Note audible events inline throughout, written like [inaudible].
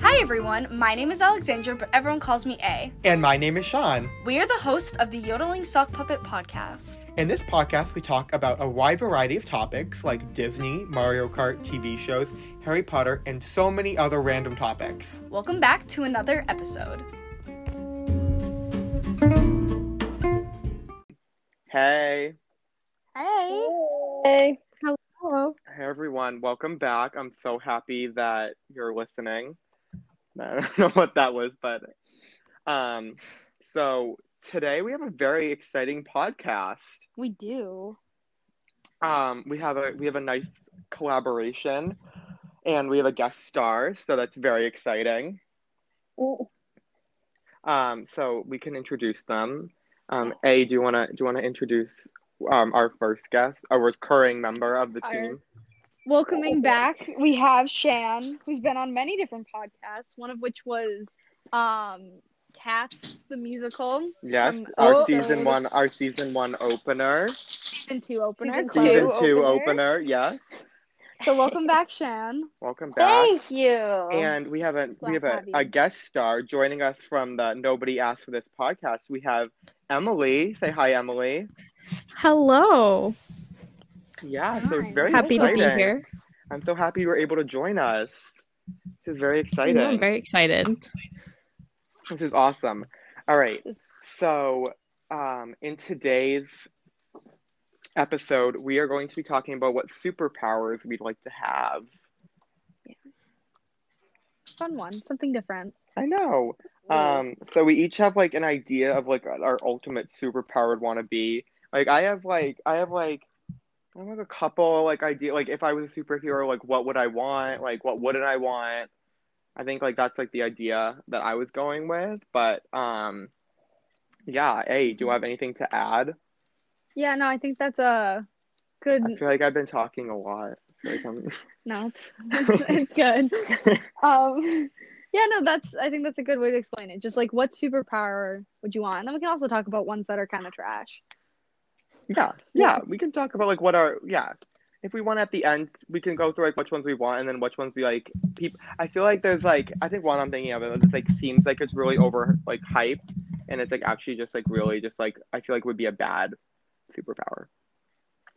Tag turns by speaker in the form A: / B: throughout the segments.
A: Hi everyone, my name is Alexandra, but everyone calls me A.
B: And my name is Sean.
A: We are the hosts of the Yodeling Sock Puppet podcast.
B: In this podcast, we talk about a wide variety of topics like Disney, Mario Kart, TV shows, Harry Potter, and so many other random topics.
A: Welcome back to another episode.
B: Hey,
C: Hey.
D: Hey.
C: Hello.
B: hey everyone, welcome back. I'm so happy that you're listening. [laughs] I don't know what that was, but um, so today we have a very exciting podcast.
C: We do.
B: um we have a we have a nice collaboration and we have a guest star so that's very exciting um so we can introduce them um a do you want to do you want to introduce um our first guest a recurring member of the
C: Our- um,
B: team
C: Welcoming back, we have Shan, who's been on many different podcasts, one of which was um Cats the musical,
B: yes
C: um,
B: our
C: oh,
B: season
C: oh.
B: one our season one opener
C: season 2 opener.
D: Season
C: closed.
B: season two opener, yes
C: So welcome back Shan.
B: welcome back
D: Thank you.
B: and we have a we
C: Glad
B: have
C: to
B: a,
C: have you.
B: a guest star joining us from the nobody asked for this podcast we have emily say hi emily
E: Hello.
B: Yeah, so it's
C: Hi.
B: very
E: Happy to be
B: exciting.
E: here.
B: I'm so happy you were able to join us. This is very
E: I
B: exciting.
E: know, I'm very excited.
B: This is awesome. All right.
C: This-
B: So, um, in today's episode, we are going to be talking about what superpowers we'd like to have.
C: Fun one, something different.
B: I know. Um, so we each have like an idea of like our ultimate superpower would want to be. Like I have like I have like I have like a couple like idea like if I was a superhero like what would I want? Like what wouldn't I want? I think like that's like the idea that I was going with, but um yeah, hey, do you have anything to add?
C: Yeah, no, I think that's a good
B: I feel like I've been talking a lot. I feel like I'm-
C: no.
B: [laughs]
C: It's, it's good. Um yeah, no, that's I think that's a good way to explain it. Just like what superpower would you want? And then we can also talk about ones that are kind of trash.
B: Yeah, yeah, we can talk about like what our yeah. If we want at the end, we can go through like which ones we want and then which ones we like. Peop- I feel like there's like I think one I'm thinking of is like seems like it's really over like hype, and it's like actually just like really just like I feel like would be a bad superpower.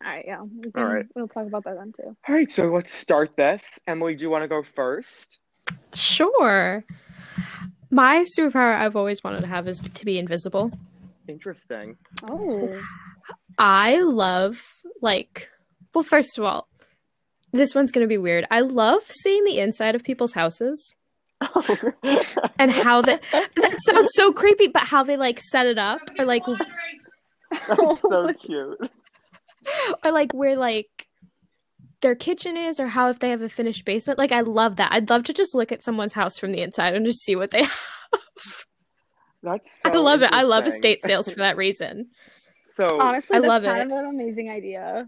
C: All right, yeah. we
B: All right.
C: can- We'll talk about that then too.
B: All right, so let's start this. Emily, do you want to go first?
E: Sure. My superpower I've always wanted to have is to be invisible.
B: [laughs] Interesting.
C: Oh,
E: I love, like, well, first of all, this one's going to be weird. I love seeing the inside of people's houses and how that, that sounds so creepy, but how they, like, set it up or, like,
B: That's so cute.
E: or like where like their kitchen is or how if they have a finished basement like i love that i'd love to just look at someone's house from the inside and just see what they [laughs] have
B: That's
E: i
B: so
E: love it i love
B: interesting.
E: estate sales for that reason
B: So
C: Oh. honestly,
E: I
C: that's
E: love
C: kind
E: it.
C: of an amazing idea.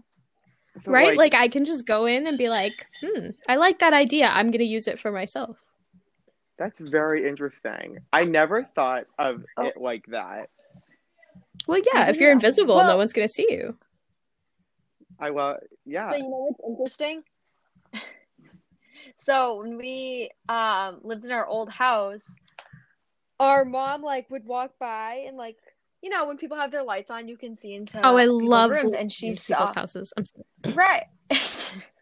B: so,
E: right like, i can just go in and be like hmm i like that idea i'm gonna use it for myself
B: that's very interesting. I never thought of
D: Oh.
B: it like that.
E: well yeah if you're
D: Yeah.
E: invisible no
D: Well-
E: one's gonna see you
B: I love yeah.
D: So you know what's interesting? [laughs] so when we um lived in our old house, our mom like would walk by and like you know when people have their lights on, you can see into
E: oh i
D: people's
E: love
D: rooms,
E: looking
D: and uh, she
E: into
D: saw
E: people's houses i'm sorry.
D: right.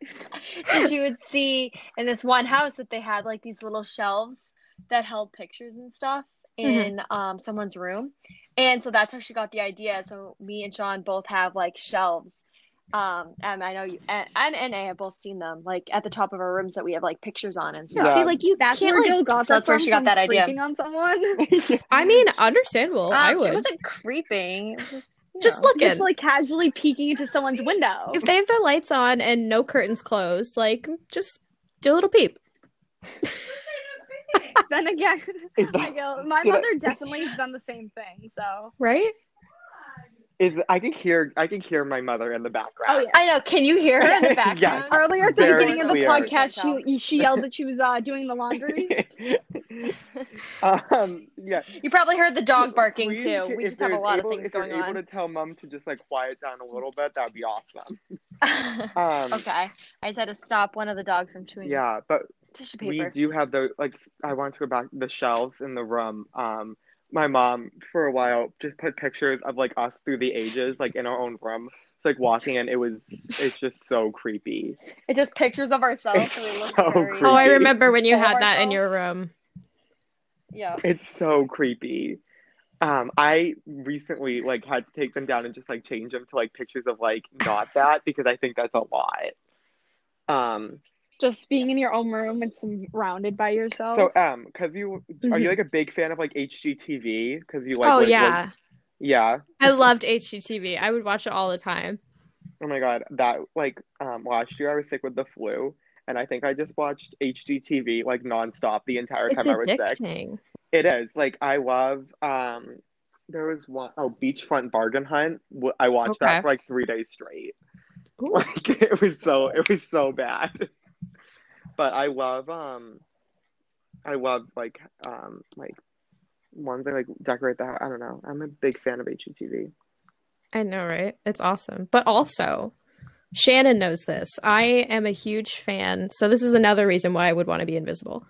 D: [laughs] and she would see in this one house that they had like these little shelves that held pictures and stuff
B: Mm-hmm.
D: in um, someone's room. And so that's how she got the idea. So me and Sean both have like shelves. Um, and I know you and, and, and I have both seen them like at the top of our rooms that we have like pictures on and stuff.
B: Yeah.
E: see like you
C: That's
E: can't
C: where
E: like
C: Gil got
D: So
C: that
D: that's where
C: from,
D: she got
C: from
D: that idea.
C: Creeping on
E: [laughs]
C: someone, [laughs]
E: i mean understandable Oh, i
D: Um,
E: would
D: She wasn't creeping. It was just you
E: just
D: know.
E: look
C: just like casually peeking into someone's window.
E: if they have their lights on and no curtains closed like just do a little peep
C: then again, [laughs]
B: Is
C: I
B: that,
C: go, my
B: Did I-
C: mother definitely has done the same thing. So
E: right
B: is I can hear I can hear my mother in the background.
D: I know. Can you hear her
B: [laughs]
D: in the
B: Yes.
D: background?
C: earlier at the
B: Very
C: beginning of the
B: weird.
C: podcast, she she yelled that she was uh, doing the
B: [laughs]
D: Oh,
C: laundry.
B: um, yeah.
D: You probably heard the dog barking
B: Please,
D: too. We
B: if
D: just have a
B: you're
D: lot
B: able-
D: of things
B: if you're
D: going
B: able
D: on.
B: to tell mom to just like quiet down a little bit, that'd be awesome. Um,
D: [laughs] okay. I just had to stop one of the dogs from chewing.
B: Yeah, but
D: Tissue
B: we
D: paper.
B: do have the like i want to go back the shelves in the room um my mom for a while just put pictures of like us through the ages like in our own room it's like walking in it was it's just so creepy
D: It's just pictures of ourselves.
B: It's
D: So we look
B: so
D: very,
E: Oh, I
B: creepy.
E: remember when you
D: All of
E: had that in
D: ourselves.
E: your room.
D: Yeah.
B: it's so creepy um i recently like had to take them down and just like change them to like pictures of like not
E: [laughs]
B: that because i think that's a lot um
C: Just being in your own room and surrounded by
E: Oh.
C: yourself.
B: so um because you are you like a big fan of like hgtv because you like
E: Mm-hmm. oh
B: like- like-
E: yeah,
B: yeah
E: I loved HGTV. I would watch it all the time.
B: Oh my god, that like um last year I was sick with the flu and I think I just watched HGTV like nonstop the entire
E: It's
B: time I was sick.
E: addicting.
B: It is. Like I love um there was one oh beachfront bargain hunt. W- I watched
E: Okay.
B: that for like 3 days straight. [laughs]
E: Ooh.
B: Like it was so it was so bad. But I love um I love like um like ones that like decorate the house. I don't know. I'm a big fan of HGTV.
E: I know, right? It's awesome. But also, Shannon knows this. I am a huge fan. So this is another reason why I would want to be invisible.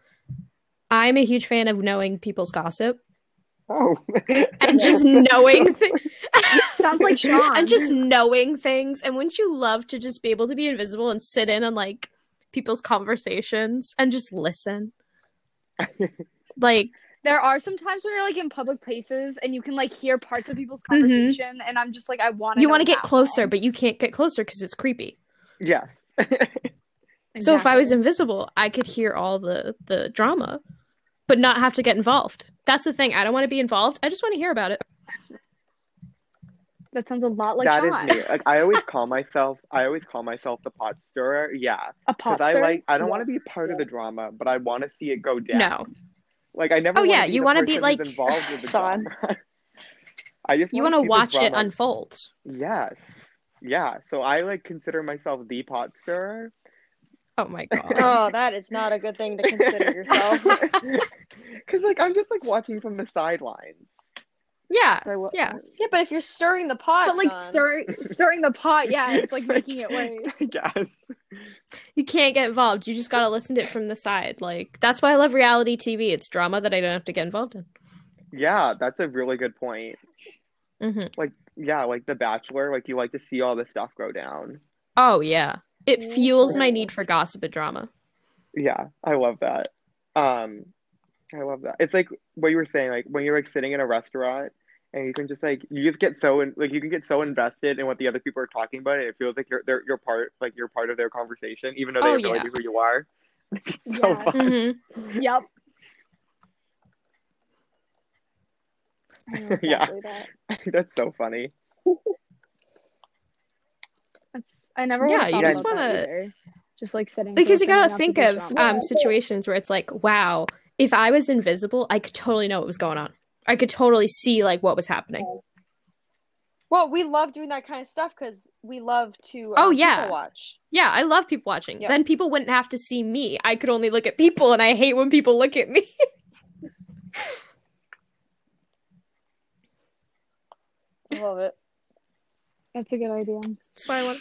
E: I'm a huge fan of knowing people's gossip
B: Oh.
E: and
B: [laughs]
E: just knowing thi-
C: [laughs] Sounds
E: [laughs]
C: like Sean.
E: and just knowing things. And wouldn't you love to just be able to be invisible and sit in on like people's conversations and just listen? like
C: there are some times where you're like in public places and you can like hear parts of people's conversation, and I'm just like, I want
E: Mm-hmm. you want to get closer, but you can't get closer because it's creepy.
B: yes.
E: So if I was invisible, I could hear all the the drama, but not have to get involved. That's the thing. I don't want to be involved. I just want to hear about it.
C: that sounds a lot like
B: That is
C: Sean.
B: me. Like I always call myself, I always call myself the pot stirrer. Yeah,
C: A
B: because
C: pop
B: I
C: star?
B: like, I don't
C: Yeah.
B: want to be part of the drama, but I want to see it go down.
E: No,
B: like I never.
E: Oh,
B: wanna
E: yeah,
B: be
E: you
B: the
E: wanna be,
B: person who's
E: like,
B: involved with the
D: Sean.
B: drama. [laughs] I just
E: you
B: want to
E: watch it unfold.
B: yes, yeah. So I like consider myself the pot
E: [laughs]
B: stirrer.
E: Oh my god.
D: Oh, that is not a good thing to consider
B: [laughs]
D: yourself.
B: Because like I'm just like watching from the sidelines.
E: yeah,
B: I wa-
E: yeah.
D: yeah, but if you're stirring the pot,
C: But like
D: Sean,
C: stir, stirring the pot, yeah,
B: [laughs]
C: it's [laughs] like making it worse.
B: I guess.
E: You can't get involved. You just gotta listen to it from the side. Like that's why I love reality TV. It's drama that I don't have to get involved in.
B: Yeah, that's a really good point.
E: hmm
B: Like, yeah, like The Bachelor. Like you like to see all the stuff go down.
E: Oh yeah, it fuels my
D: Ooh.
E: need for gossip and drama.
B: Yeah, I love that. Um, I love that. It's like what you were saying, like when you're like sitting in a restaurant and you can just like you just get so in, like you can get so invested in what the other people are talking about, and it feels like you're they're, you're part like you're part of their conversation, even though they
E: Oh,
B: have no
E: yeah.
B: idea who you are. [laughs] It's so
C: Yes.
B: fun.
E: hmm
C: Yep.
D: I know exactly
B: [laughs] Yeah.
D: that.
B: [laughs] That's so funny.
C: That's I never.
E: Yeah,
C: would've
E: you
C: thought
B: just
C: about that
E: wanna-
C: either. just like sitting
E: because you
C: close and
E: gotta
C: not
E: think
C: to be
E: of
C: drunk.
E: um situations where it's like wow if i was invisible i could totally know what was going on i could totally see like what was happening
D: Well, we love doing that kind of stuff because we love to.
E: Oh,
D: um,
E: yeah.
D: people watch.
E: yeah i love people watching
D: Yeah.
E: then people wouldn't have to see me i could only look at people and i hate when people look at me [laughs]
D: I love it.
C: That's a good idea.
E: that's why i want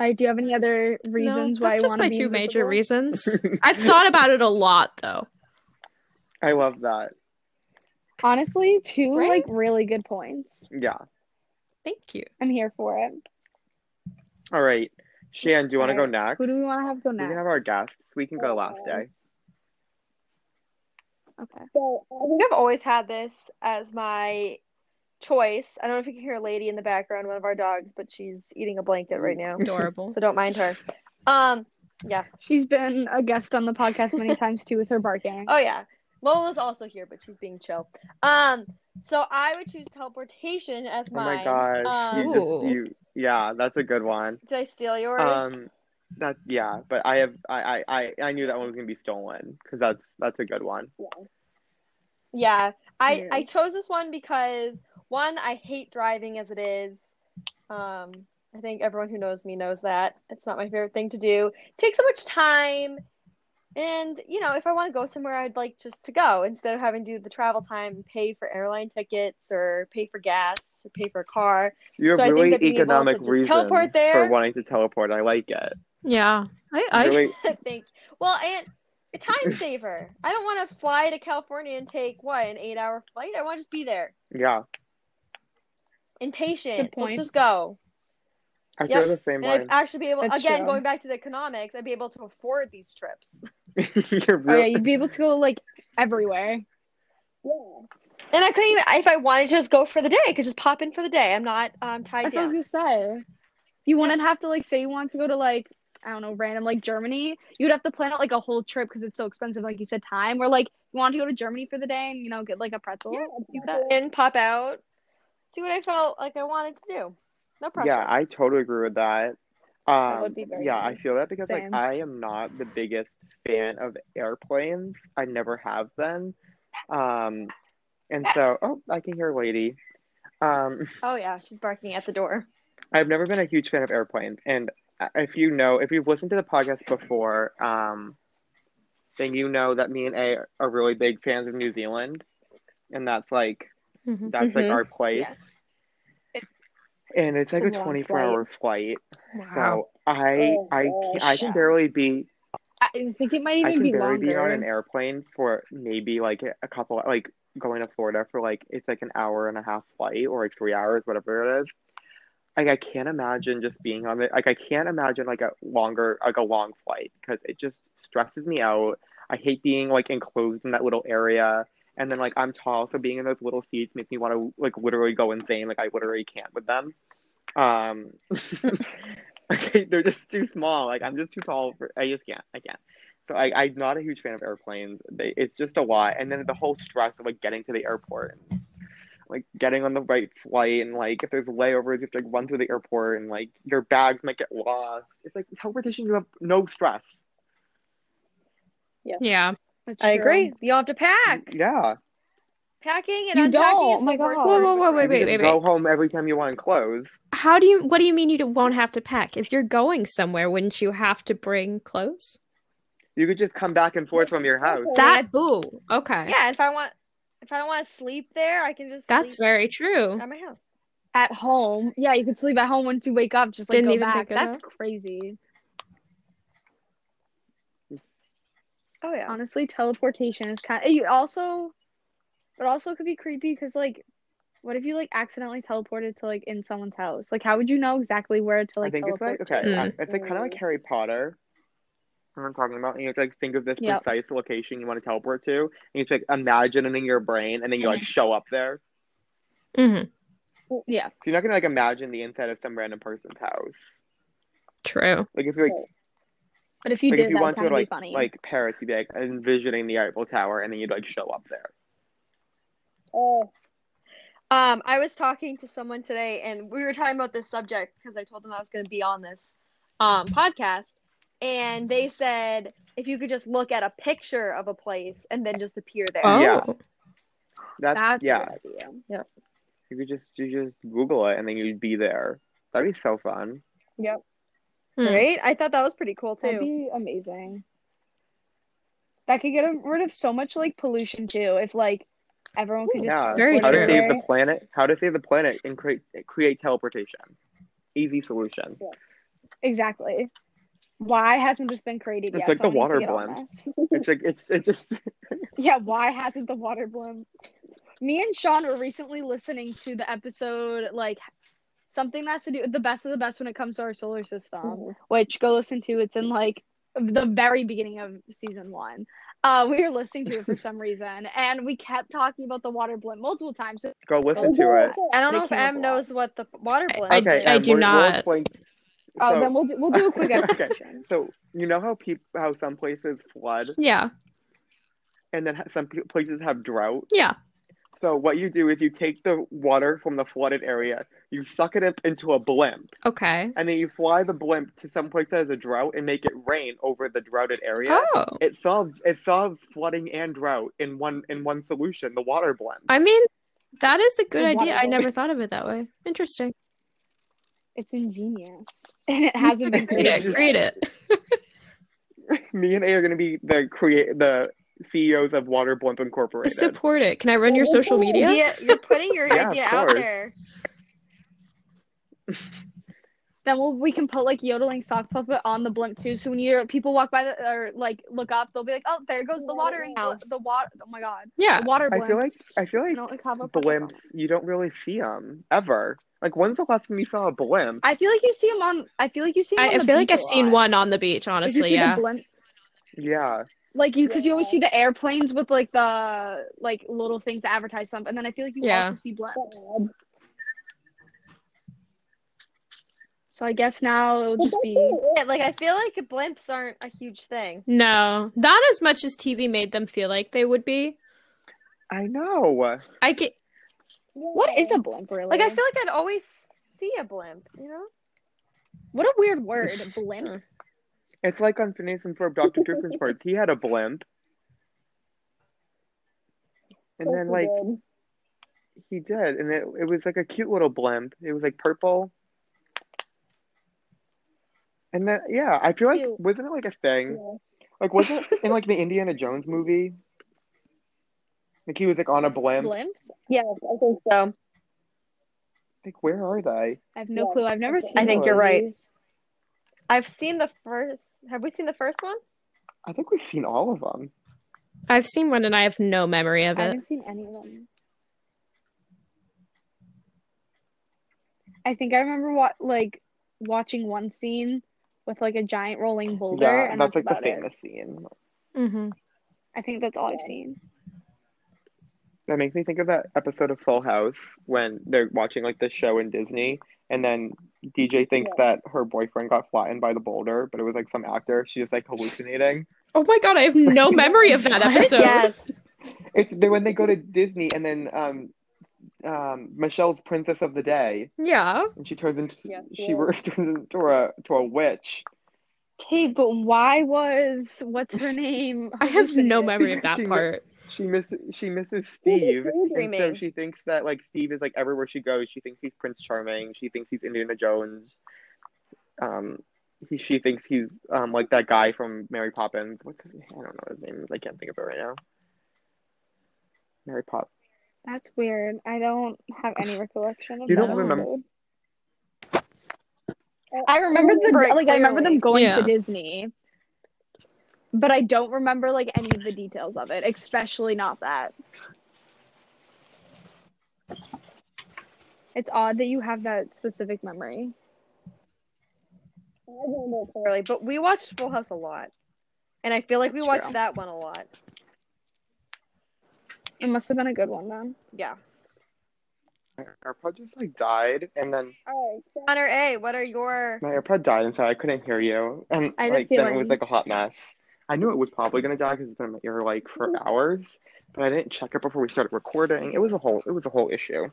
C: I do you have any other reasons
E: no,
C: why I
E: that's just
C: want to
E: my
C: be
E: two major
C: invisible?
E: reasons [laughs] i've thought about it a lot though
B: I love that.
C: Honestly, two
E: Right?
C: like really good points.
B: Yeah.
E: thank you
C: I'm here for it.
B: All right. Shan, do you want to go next?
C: Who do we want to have go
B: We
C: next?
B: can have our guests. We can go last day.
C: Okay.
E: um,
D: So I think I've always had this as my choice. I don't know if you can hear a lady in the background, one of our dogs, but she's eating a blanket right now,
E: adorable
D: so don't mind her. Um, yeah.
C: She's been a guest on the podcast
E: [laughs]
C: many times too with her barking.
D: Oh yeah. Lola's also here, but she's being chill. Um, so I would choose teleportation as
B: Oh my
D: mine.
B: gosh. you
D: Um,
E: Ooh.
B: just you yeah, that's a good one.
D: did I steal yours?
B: Um, that yeah, but I have I I I, I knew that one was gonna be stolen because that's that's a good one.
D: Yeah, I
C: Yeah.
D: I chose this one because one I hate driving as it is. Um, I think everyone who knows me knows that it's not my favorite thing to do. It takes so much time, and you know if I want to go somewhere, I'd like just to go instead of having to do the travel time, and pay for airline tickets or pay for gas or pay for a car.
B: You have
D: So I think
B: really
D: that being able to
B: economic
D: just
B: reasons
D: teleport there-
B: for wanting to teleport. I like it.
E: yeah i i
D: [laughs]
B: Really,
D: I think Well, and a time saver. I don't want to fly to California and take what an eight-hour flight. I want to just be there.
B: Yeah,
D: Impatient.
C: Good point.
D: Let's just go.
B: I
D: Yep.
B: feel the same
D: And I'd
B: way.
D: actually be able.
C: That's
D: again,
C: true.
D: going back to the economics, I'd be able to afford these trips.
B: [laughs] You're
C: Oh yeah,
B: real.
C: you'd be able to go like everywhere.
D: And I could even, if I wanted to, just go for the day. I could just pop in for the day. I'm not um, tied
C: That's what I
D: down.
C: was gonna say. You wouldn't have to like say you want to go to like I don't know, random like Germany. You'd have to plan out like a whole trip because it's so expensive, like you said, time. Or like you want to go to Germany for the day and you know get like a pretzel. you could.
D: in, pop out, see what I felt like I wanted to do. No pressure.
B: Yeah, I totally agree with that. Um,
C: would be very
B: yeah, I
C: nice.
B: feel that because
C: Same.
B: like I am not the biggest fan of airplanes. I never have been. Um, and so, oh, I can hear a lady. Um,
D: oh yeah, she's barking at the door.
B: I've never been a huge fan of airplanes, and if you know, if you've listened to the podcast before, um, then you know that me and A are really big fans of New Zealand, and that's like
C: Mm-hmm.
E: Mhm.
B: that's like
D: Mhm.
B: our place.
A: Yes.
B: And it's like a
C: It's a long
B: twenty-four
C: flight.
B: hour flight,
E: Wow.
B: so I
D: Oh,
B: I
D: gosh.
B: I can barely be
C: I think it might
B: I
C: even
B: can
C: be
B: barely
C: longer.
B: be on an airplane for maybe like a couple like going to Florida for like it's like an hour and a half flight or like three hours whatever it is. Like I can't imagine just being on it. Like I can't imagine like a longer like a long flight because it just stresses me out. I hate being like enclosed in that little area. And then like I'm tall, so being in those little seats makes me want to like literally go insane. Like I literally can't with them. Um, [laughs]
C: [laughs]
B: okay, they're just too small. Like I'm just too tall for. I just can't. I can't. So I, I'm not a huge fan of airplanes. They, it's just a lot, and then the whole stress of like getting to the airport and like getting on the right flight, and like if there's layovers, you have to like run through the airport, and like your bags might get lost. It's like teleportation. You have no stress.
E: Yeah.
C: That's
D: I
C: true.
D: agree. You don't have to pack.
B: Yeah,
D: Packing and
C: You
D: unpacking
C: don't. Oh
D: is
C: My
D: the worst.
C: God.
E: Whoa, whoa, whoa,
B: You
E: wait, wait,
B: can
E: wait,
B: go
E: wait.
B: home every time you want clothes.
E: How do you? What do you mean you d- won't have to pack? If you're going somewhere, wouldn't you have to bring clothes?
B: You could just come back and forth from your house.
D: Oh,
E: That boo. Okay.
D: Yeah, if I want, if I don't want to sleep there, I can just
E: That's
D: sleep
E: very true.
D: at my house.
C: At home, yeah, you could sleep at home once you wake up. Just like
E: Didn't
C: go
E: even
C: back.
E: think of
C: That's
E: that.
C: crazy.
D: Oh yeah.
C: Honestly, teleportation is kind. you also, it also could be creepy because like, what if you like accidentally teleported to like in someone's house? Like, how would you know exactly where to
B: I
C: like
B: think it's
C: teleport?
B: like okay,
E: to.
B: I- it's like kind of like Harry Potter. What I'm talking about, and you have to like think of this
C: Yep.
B: precise location you want to teleport to, and you have to like imagine it in your brain, and then you like show up there.
E: Mm-hmm.
C: Yeah,
B: So you're not gonna like imagine the inside of some random person's house.
E: True.
B: Like if you like,
C: but if you
B: like
C: did,
B: if you
C: that would
B: want
C: kind
B: to
C: of be
B: like
C: funny.
B: like Paris, you'd be like envisioning the Eiffel Tower, and then you'd like show up there.
C: Oh,
D: Um, I was talking to someone today, and we were talking about this subject because I told them I was going to be on this um, podcast, and they said if you could just look at a picture of a place and then just appear there.
E: Oh.
B: Yeah. That's,
C: That's
B: yeah.
C: a good idea. Yep.
B: You could just you just Google it, and then you'd be there. That'd be so fun.
E: Hmm.
D: Right? I thought that was pretty cool
C: That'd
D: too.
C: be amazing. That could get rid of so much like pollution too, if like everyone could just
B: Yeah.
E: Very
B: How
C: teleport
B: to
E: true.
B: save
C: everywhere.
B: the planet? How to save the planet and create create teleportation? Easy solution.
C: Exactly. Why hasn't this been created
B: It's
C: yet?
B: like the
C: Someone needs to
B: water
C: get on
B: blend.
C: this. [laughs]
B: It's like it's it just [laughs]
C: Yeah, why hasn't the water bloom? Me and Sean were recently listening to the episode like something that's to do the best of the best when it comes to our solar system,
D: Um,
C: which go listen to. It's in like the very beginning of season one. Uh, we were listening to it for some reason, and we kept talking about the water blimp multiple times. So
B: go listen to it.
D: I don't know
C: They
D: if
C: came up
D: Em
C: a lot.
D: knows what the water blimp.
E: I-
D: is.
E: I
B: Em,
E: do
B: we're- we're
E: not.
B: explain-
C: uh,
B: so-
C: then we'll do, we'll do a [laughs] quick
B: Okay.
C: explanation.
B: So you know how peop how some places flood
E: Yeah.
B: and then ha- some pe- places have drought.
E: Yeah.
B: So what you do is you take the water from the flooded area, you suck it up into a blimp,
E: Okay.
B: and then you fly the blimp to some place that has a drought and make it rain over the droughted area.
E: Oh.
B: It solves it solves flooding and drought in one in one solution, the water blimp.
E: I mean, that is a good
C: The water
E: idea. I
C: bottle.
E: never thought of it that way. Interesting.
C: It's ingenious, [laughs] and it hasn't [laughs] been
E: Create
B: Yeah,
C: created.
E: it.
C: yet.
E: Create it.
B: Me and A are gonna be the create the CEOs of Water Blimp Incorporated.
E: Support it. Can I run your social media?
D: Idea- You're putting your
B: Yeah, of
D: idea out
B: course.
D: there.
C: Then we'll, we can put like yodeling sock puppet on the blimp too. So when you people walk by the, or like look up, they'll be like, "Oh, there goes the watering
D: Wow.
C: the water." Oh my god,
E: Yeah.
C: the water blimp.
B: I feel like I feel
C: You
B: like
C: know, like, have a puppet song.
B: blimps. You don't really see them ever. Like when's the last time you saw a blimp?
C: I feel like you see him on. I feel like you see. 'em
E: I,
C: on
E: I
C: the
E: feel like
C: beach
E: I've
C: a
E: seen
C: lot.
E: one on the beach,
C: Like, you
E: honestly.
C: see the
E: Yeah.
C: blimp-
B: Yeah,
C: like you, because you always see the airplanes with like the like little things that advertise something, and then I feel like you
E: Yeah.
C: also see blimps. So I guess now it'll just be.
D: Yeah, like I feel like blimps aren't a huge thing.
E: No, not as much as TV made them feel like they would be.
B: I know.
E: I get
C: [laughs] What is a blimp really?
D: Like I feel like I'd always see a blimp, you know?
C: what a weird word, blimp.
B: It's like on Phineas and Ferb, Dr. Doofenshmirtz. He had a blimp, [laughs] and
C: Oh,
B: then like he did, and it it was like a cute little blimp. It was like purple. And then yeah, I feel like
C: Cute.
B: wasn't it like a thing? Like wasn't it in like the Indiana Jones movie? Like he was like on a blimp.
C: Blimps?
D: Yeah, I think so.
B: Like where are they?
C: I have no clue. I've never seen.
D: I think you're
C: one of
D: right.
C: these.
D: I've seen the first have we seen the first one?
B: I think we've seen all of them.
E: I've seen one and I have no memory of
C: I
E: it.
C: haven't seen any of them. I think I remember what like watching one scene with like a giant rolling boulder,
B: yeah,
C: and
B: that's like
C: that's,
B: the
C: about it.
B: famous scene.
C: mm-hmm.
E: hmm
C: I think that's all I've seen.
B: That makes me think of that episode of Full House when they're watching like the show in Disney, and then DJ thinks that her boyfriend got flattened by the boulder, but it was like some actor. She's just like hallucinating.
E: Oh my god, I
C: [laughs]
E: have no memory of that episode.
D: Yes.
B: It's they, when they go to Disney, and then um, um, Michelle's Princess of the Day,
E: Yeah.
B: and she turns into
D: Yeah,
B: she [laughs] turns into a to a witch.
C: Okay, but why was what's her [laughs] name?
E: I have no
C: hallucinating?
E: memory of that
B: She-
E: part.
B: She miss she misses Steve, and so
D: daydreaming?
B: she thinks that like Steve is like everywhere she goes. She thinks he's Prince Charming. She thinks he's Indiana Jones. Um, he she thinks he's um like that guy from Mary Poppins. What's his, I don't know his name. is. I can't think of it right now. Mary Pop.
C: That's weird. I don't have any recollection of
B: You
C: that
B: don't remember-
C: episode. I remember the
D: Right,
C: like I remember them
D: clearly.
C: going
E: Yeah.
C: to Disney. But I don't remember like any of the details of it, especially not that. It's odd that you have that specific memory.
D: Clearly. But we watched Full House a lot. And I feel like we
C: That's
D: watched
C: true.
D: that one a lot.
C: It must have been a good one then.
D: Yeah.
B: My AirPod just like died, and then
D: Connor A, what are your
B: my AirPod died, and so I couldn't hear you. And
C: I had a
B: like then it was
C: feeling.
B: like a hot mess. I knew it was probably gonna die because it's been in my ear like for hours, but I didn't check it before we started recording. It was a whole it was a whole issue.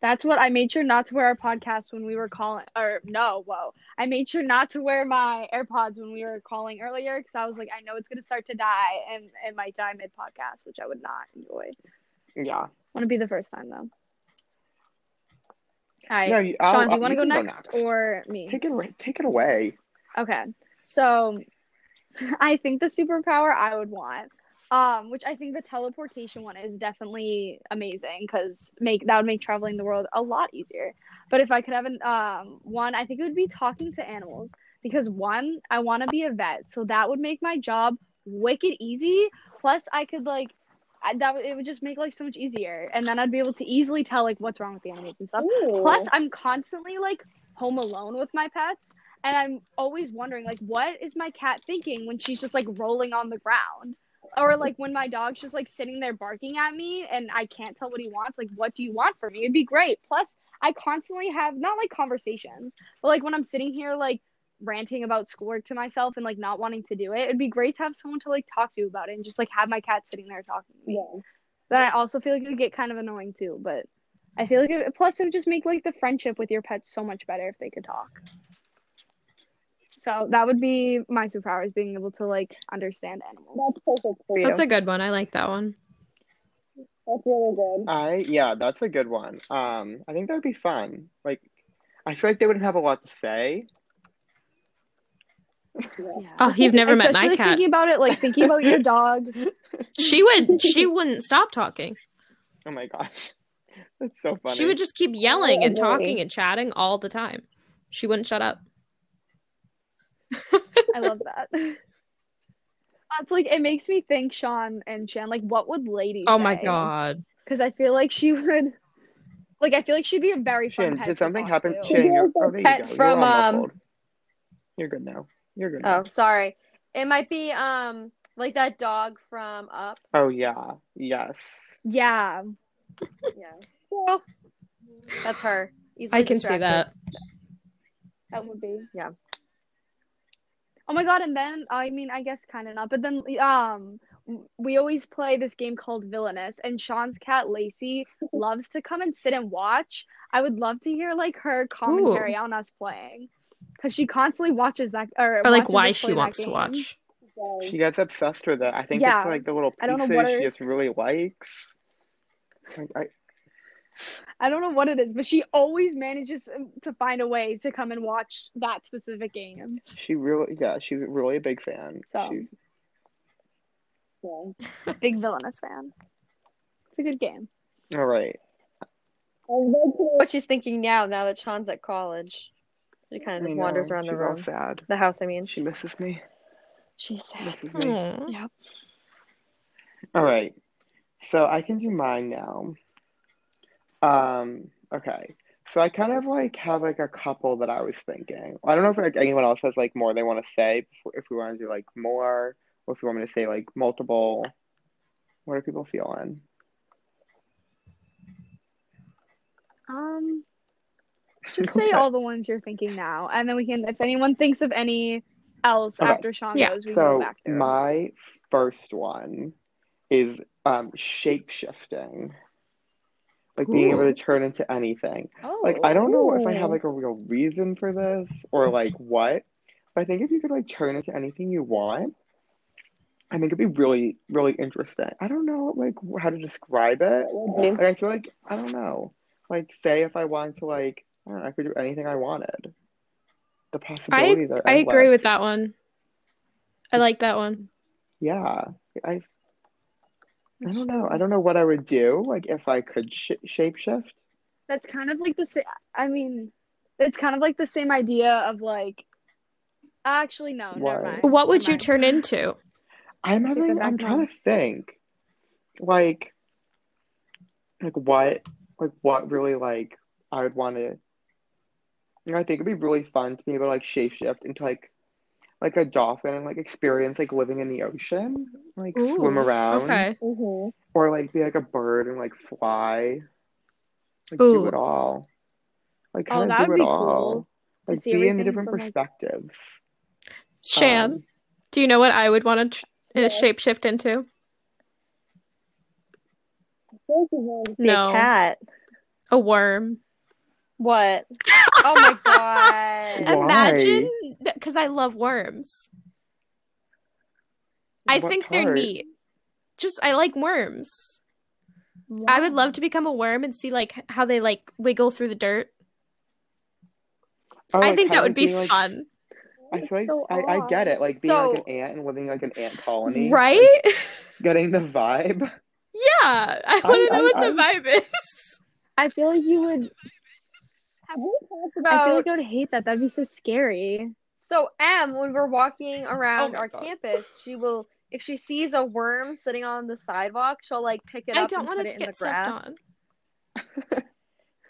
C: That's what I made sure not to wear our podcast when we were calling. Or no, whoa! I made sure not to wear my AirPods when we were calling earlier because I was like, I know it's gonna start to die, and it might die mid podcast, which I would not enjoy.
B: Yeah.
C: Want to be the first time though. All right,
B: No, you- I'll-
C: Sean, do
B: I'll-
C: you want to go,
B: can
C: next or me?
B: Take it away. Take it away.
C: Okay, so [laughs] I think the superpower I would want, um, which I think the teleportation one is definitely amazing because make that would make traveling the world a lot easier. But if I could have an um one, I think it would be talking to animals because one, I want to be a vet, so that would make my job wicked easy. Plus, I could like. I, that would- it would just make life so much easier, and then I'd be able to easily tell like what's wrong with the animals and stuff. Plus, I'm constantly like home alone with my pets, and I'm always wondering like, what is my cat thinking when she's just like rolling on the ground, or like when my dog's just like sitting there barking at me and I can't tell what he wants. Like, what do you want from me? It'd be great. Plus, I constantly have not like conversations, but like when I'm sitting here like ranting about schoolwork to myself and like not wanting to do it, it'd be great to have someone to like talk to about it and just like have my cat sitting there talking to me. Then I also feel like it would get kind of annoying too, but I feel like it, plus it would just make like the friendship with your pets so much better if they could talk. So that would be my superpower is being able to like understand animals.
D: perfect for
E: That's a good one. I like that one.
D: That's really good.
B: I yeah, that's a good one. Um, I think that'd be fun. Like, I feel like they wouldn't have a lot to say.
C: Yeah.
E: Oh, you've never met my
C: Especially
E: cat.
C: thinking about it, like thinking about
E: [laughs]
C: your dog. [laughs]
E: She would she wouldn't stop talking.
B: Oh my gosh, [laughs] That's so funny.
E: She would just keep yelling and
F: boy.
E: talking and chatting all the time. She wouldn't shut up.
C: I love that. That's like it makes me think Sean and Shan. Like, what would ladies?
E: Oh my god.
C: Because I feel like she would. Like, I feel like she'd be a very fun.
B: Chin,
C: pet
B: did
C: to
B: something
C: talk
B: happen?
C: to.
B: Chin, you're, oh, there you
D: Pet
B: go. You're all
D: from, um,
B: muffled. You're good now. You're good.
D: Oh,
B: Now.
D: sorry. It might be um like that dog from Up.
B: Oh yeah. Yes.
C: Yeah.
D: Yeah. Well, that's her. Easily
E: I can see
D: distracted.
E: that.
C: That would be.
D: Yeah.
C: Oh my god, and then I mean I guess kinda not, but then um we always play this game called Villainous and Sean's cat
E: [laughs]
C: Lacey loves to come and sit and watch. I would love to hear like her commentary on us playing. Cause she constantly watches that or,
E: Or like
C: watches
E: why
C: us play
E: she
C: that
E: wants to
C: game.
E: watch.
B: She gets obsessed with it. I think
C: Yeah.
B: it's like the little
C: I don't know
B: pieces
C: what
B: she
C: her-
B: just really likes. Like, I,
C: I don't know what it is, but she always manages um, to find a way to come and watch that specific game.
B: she really, yeah, she's really a big fan.
C: So.
B: She's-
E: [laughs]
C: Big Villainous fan. It's a good game.
B: all right.
D: What she's thinking now, now that Sean's at college. She
B: I
D: kind of just
B: know,
D: wanders around the
B: she's all
D: room.
B: sad.
D: The house, I mean.
B: She misses me.
D: She's sad.
B: Misses
C: Hmm.
B: me.
E: Aw.
B: All right. So I can do mine now. Um, okay. So I kind of like have like a couple that I was thinking. I don't know if like anyone else has like more they want to say before, if we want to do like more or if you want me to say like multiple. What are people feeling?
C: Um, just say
B: Okay. [laughs]
C: all the ones you're thinking now, and then we can. If anyone thinks of any else
B: Okay.
C: after Sean
E: Yeah.
C: goes, we
B: So
C: go back there.
B: my first one is um shape shifting. Like being able
E: Ooh.
B: to turn into anything.
D: Oh,
B: Like I don't know if I have like a real reason for this or like what, but I think if you could like turn into anything you want, I think it'd be really, really interesting. I don't know like how to describe it.
E: Mm-hmm.
B: Like I feel like I don't know. Like say if I wanted to like I, don't know, I could do anything I wanted. The possibilities are
E: I agree with
B: endless.
E: that one. I like that one.
B: Yeah, I. I don't know. I don't know what I would do. Like if I could sh- shapeshift.
C: That's kind of like the same. I mean, it's kind of like the same idea of like. Actually, no. Never
B: What?
C: mind.
E: What would
C: Never
E: you
C: mind.
E: turn into?
B: I'm
C: Take it
B: having,
C: back
B: I'm trying
C: home.
B: to think, like, like what, like what really like I would want to. You know, I think it'd be really fun to be able to like shapeshift into like, like a dolphin and like experience like living in the ocean, like swim
E: Ooh,
B: around,
E: Okay.
B: or like be like a bird and like fly, like do it
E: Ooh.
B: all, like
C: Oh,
B: kind
C: that
B: of do
C: would
B: it
C: be
B: all,
C: to
B: like
C: see
B: be in the
C: everything
B: different
C: from, like-
B: perspectives.
E: Shan,
B: Um,
E: do you know what I would want to tr- uh, shapeshift into? No.
D: no. cat.
E: A worm. [laughs]
D: What? Oh my god.
B: Why?
E: Imagine because I love worms. I
B: What
E: think they're
B: part?
E: neat. Just I like worms. I would love to become a worm and see like how they like wiggle through the dirt.
B: Oh,
E: I
B: like,
E: think
B: kinda
E: that would be
B: being, like,
E: fun,
B: I feel like
C: so
B: I, I get it, like being like
D: So-
B: an ant and living like an ant colony, Like,
E: right?
B: getting the vibe. [laughs]
E: yeah, I want to
B: I-
E: know what
B: I-
E: the vibe is.
C: I feel like you would. I feel
D: About
C: like I would hate that. That'd be so scary.
D: So M, when we're walking around
E: Oh my
D: our
E: God.
D: campus, she will if she sees a worm sitting on the sidewalk, she'll like pick it
E: I
D: up
E: don't
D: and
E: want
D: put
E: it to
D: it in
E: [laughs]
D: the
E: get stepped
D: grass.
E: on.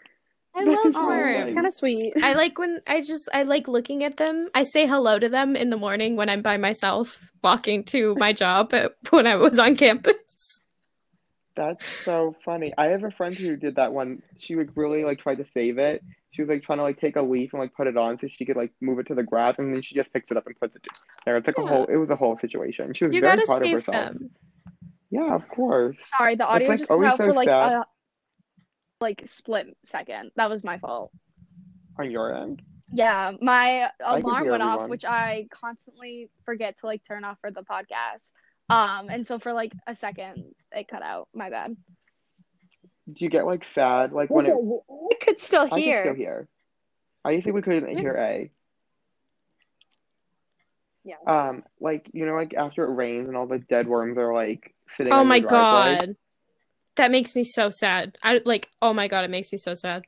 E: [laughs] I
B: That
E: love
B: is so
E: worms.
B: nice. It's
C: Oh, kinda sweet.
E: I like when I just I like looking at them. I say hello to them in the morning when I'm by myself walking to my job at, when I was on campus.
B: That's so funny. I have a friend who did that one. She would really like try to save it. She was like trying to like take a leaf and like put it on so she could like move it to the grass, and then she just picks it up and puts it there. It's like a
E: Yeah.
B: whole. It was a whole situation. She was
E: You
B: very
E: gotta
B: proud of
E: save
B: herself.
E: them.
B: Yeah, of course.
C: Sorry, the audio
B: like,
C: just cut
B: always
C: out
B: so
C: for like
B: sad.
C: a like split second. That was my fault.
B: On your end,
C: Yeah, my
B: can
C: alarm
B: hear
C: went off,
B: everyone.
C: which I constantly forget to like turn off for the podcast. Um, and so for like a second, it cut out. My bad.
B: do you get like sad like when it?
D: I could still
B: I can still
D: hear.
B: hear. I think we couldn't
E: Yeah.
B: hear A.
D: Yeah.
B: Um, like you know, like after it rains and all the dead worms are like sitting.
E: Oh
B: on
E: my
B: your driveway.
E: god, That makes me so sad. I like, oh my god, it makes me so sad.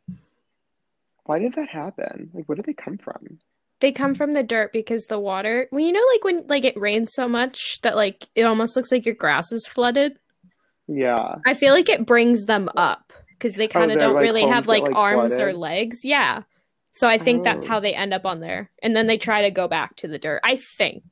B: Why did that happen? Like, where did they come from?
E: They come from the dirt because the water. Well, you know, like when like it rains so much that like it almost looks like your grass is flooded.
B: Yeah.
E: I feel like it brings them up because they kind of
B: Oh, they're,
E: don't
B: like,
E: really
B: homes
E: have
B: that,
E: like
B: like,
E: arms or
B: flooded?
E: legs. Yeah. So I think that's
B: Oh.
E: how they end up on there. And then they try to go back to the dirt. I think.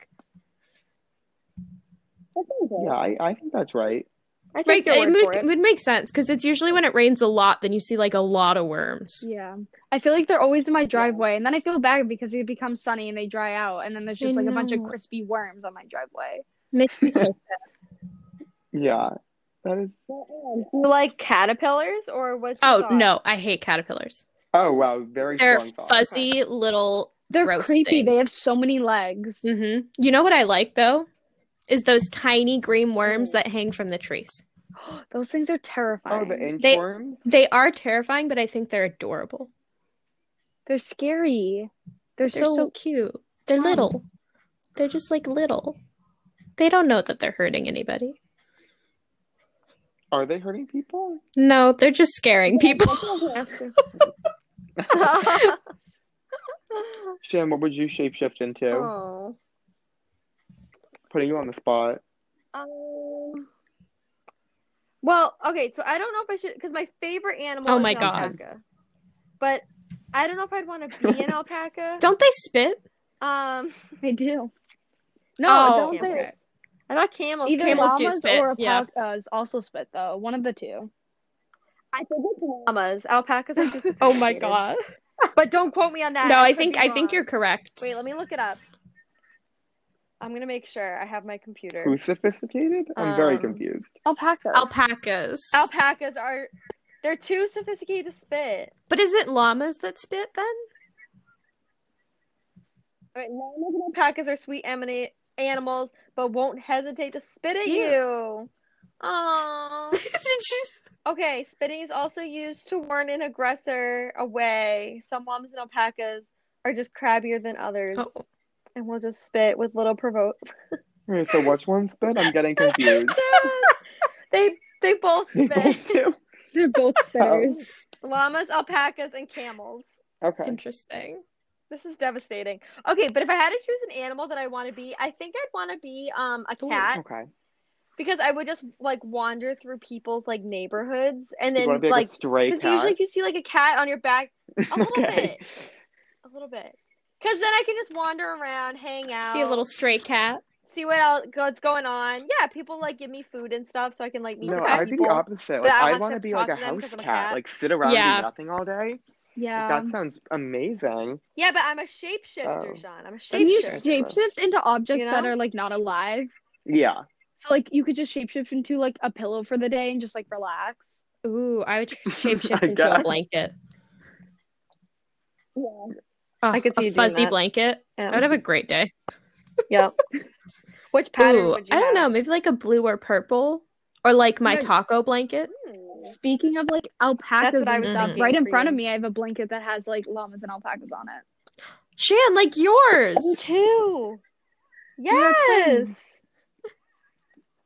B: Yeah, I, I think that's right.
D: I
E: Right.
D: take your
E: It
D: word for
E: would,
D: it.
E: would make sense because it's usually when it rains a lot, then you see like a lot of worms.
C: Yeah. I feel like they're always in my driveway, and then I feel bad because it becomes sunny and they dry out, and then there's just
E: I
C: like a bunch of
E: know.
C: crispy worms on my driveway.
E: Makes me so
B: Yeah. That is. Oh,
D: You like caterpillars or what's your
E: [laughs] Oh
D: thought?
E: no, I hate caterpillars.
B: Oh, wow. Very
E: They're
B: strong thought.
E: fuzzy little.
C: They're
E: Gross
C: creepy. They
E: things.
C: have so many legs.
E: hmm You know what I like though, is those tiny green worms that hang from the trees.
C: [gasps] Those things are
B: Oh,
C: terrifying.
B: the inchworms?
E: They are terrifying, but I think they're adorable.
C: They're scary. They're,
E: They're so,
C: so,
E: cute. They're
C: dumb.
E: little. They're just like little. They don't know that they're hurting anybody.
B: Are they hurting people?
E: No, they're just scaring people. [laughs]
D: [laughs]
B: Shan, what would you shapeshift into?
D: oh.
B: Putting you on the spot.
D: Um, well, okay, so I don't know if I should because my favorite animal
E: Oh
D: is
E: my
D: an
E: God.
D: alpaca. But I don't know if I'd want
E: [laughs]
D: to be an alpaca.
E: don't they spit?
D: um
C: they
E: [laughs]
C: do. No,
E: Oh,
C: don't they?
E: okay.
D: camels. I thought camels.
C: Either
E: Camels do
C: llamas
E: spit,
C: or
E: yeah.
C: alpacas also spit though. One of the two.
D: I think it's llamas. Alpacas are too
E: [laughs] Oh my
D: sophisticated.
E: god.
D: But don't quote me on that.
E: No, I
D: could
E: think
D: be
E: I think
D: wrong.
E: you're correct.
D: Wait, let me look it up. I'm gonna make sure I have my computer.
B: Who's sophisticated? I'm very
D: Um,
B: confused.
C: Alpacas.
E: Alpacas.
D: Alpacas are they're too sophisticated to spit.
E: but is it llamas that spit
D: [laughs]
E: then?
D: Wait, llamas and alpacas are sweet emina- animals, but won't hesitate to spit at
E: Yeah.
D: you. Aww. Okay, spitting is also used to warn an aggressor away. Some llamas and alpacas are just crabbier than others
E: Oh.
D: and will just spit with little provoke.
B: Okay, so which one spit? I'm getting confused.
D: they they both
B: They
D: spit.
B: both
D: [laughs]
B: do?
C: They're [laughs] both spitters.
D: Llamas, alpacas, and camels.
B: Okay.
E: Interesting.
D: This is devastating. Okay, but if I had to choose an animal that I want to be, I think I'd want to be um a
B: Ooh,
D: cat
B: Okay.
D: because I would just like wander through people's like neighborhoods and
B: You want to
D: then
B: be like,
D: like
B: a stray
D: because
B: cat?
D: usually you see like a cat on your back
B: [laughs]
D: a little
B: okay.
D: bit. a little bit. Because then I can just wander around, hang out,
E: Be a little stray cat.
D: see what else what's going on. Yeah, people like give me food and stuff, so I can like meet
B: No,
D: new
B: I'd be
D: people.
B: the opposite.
D: but
B: Like,
D: I
B: I
D: want
B: want to
D: to
B: be
D: talk
B: like a
D: to them
B: house
D: 'cause I'm a
B: cat,
D: cat.
B: like sit around and
E: Yeah.
B: do nothing all day.
C: yeah.
B: Like, that sounds amazing.
D: Yeah, but I'm a shapeshifter,
B: Oh.
D: Sean. I'm a
C: Can you
B: Shapeshift.
D: shapeshifter.
C: shapeshift into objects
D: You
C: that
D: know?
C: are like not alive?
B: Yeah.
C: So like you could just shapeshift into like a pillow for the day and just like relax.
E: Ooh, I [laughs] would shapeshift
B: I
E: into a
B: guess.
E: blanket.
D: Yeah.
E: Oh,
D: I could see
E: a
D: you doing
E: fuzzy
D: that.
E: blanket. I would
D: yeah.
E: have a great day. [laughs]
D: Yep. Which pattern
E: Ooh,
D: would you
E: I don't know.
D: have?
E: Maybe like a blue or purple, or like my
D: Yeah.
E: taco blanket.
D: Hmm.
C: Speaking of like alpacas
D: what I
C: and
D: was
C: stuff,
E: thinking,
C: right in
D: green.
C: front of me I have a blanket that has like llamas and alpacas on it.
E: Shan, like yours.
D: Me too.
C: Yeah, it's
D: Yes.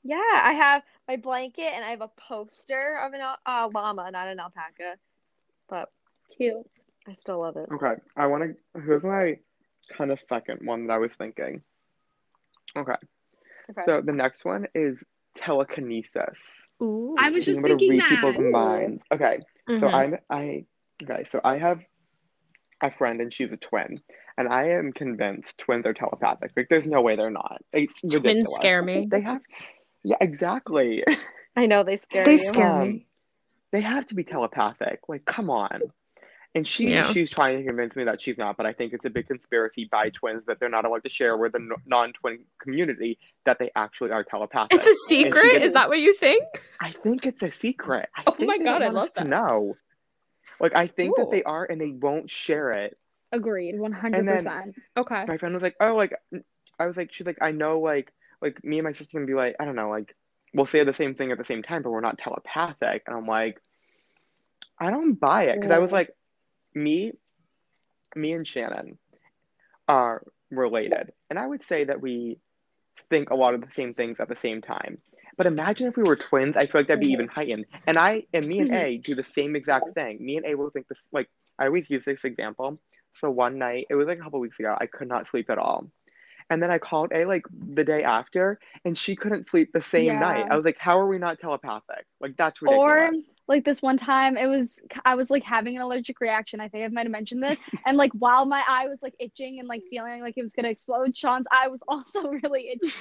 D: Yeah, I have my blanket and I have a poster of an al- uh, llama, not an alpaca, but
C: Cute.
D: I still love it.
B: Okay. I want to. Who's my kind of second one that I was thinking?
D: Okay.
B: So the next one is telekinesis.
E: Ooh.
C: I was
B: Being
C: just
B: able to
C: thinking
B: read
C: that.
B: people's minds. Okay. So
E: Mhm.
B: I'm I okay, so I have a friend and she's a twin. And I am convinced twins are telepathic. Like there's no way they're not. It's
E: Twins
B: ridiculous.
E: scare me.
B: They have Yeah, exactly. [laughs]
D: I know they scare
E: They
D: you.
E: scare
B: Um,
E: me.
B: They have to be telepathic. Like, come on. And she
E: Yeah.
B: she's trying to convince me that she's not, but I think it's a big conspiracy by twins that they're not allowed to share with the non twin community that they actually are telepathic.
E: It's a
B: she
E: secret.
B: did-
E: Is that what you think?
B: I think it's a secret. I
E: Oh
B: think
E: my
B: they
E: God,
B: don't
E: I
B: want
E: love
B: us to
E: that.
B: know. Like I think that
E: Cool.
B: they are, and they won't share it.
C: Agreed, one hundred percent.
E: Okay.
B: My friend was like, "Oh, like," I was like, "She's like, I know, like, like me and my sister can be like, I don't know, like, we'll say the same thing at the same time, but we're not telepathic." And I'm like, I don't buy it because I was
D: Mm.
B: like, me, me and Shannon are related, and I would say that we think a lot of the same things at the same time. But imagine if we were twins. I feel like that'd be
D: Mhm.
B: even heightened. And I and me and A do the same exact thing. Me and A will think this like I always use this example. So one night it was like a couple weeks ago. I could not sleep at all, and then I called A like the day after, and she couldn't sleep the same
C: Yeah.
B: night. I was like, "How are we not telepathic? Like that's
C: Or
B: ridiculous."
C: [laughs] like this one time, it was I was like having an allergic reaction. I think I might have mentioned this. And like while my eye was like itching and like feeling like it was gonna explode, Sean's eye was also [laughs] really itchy.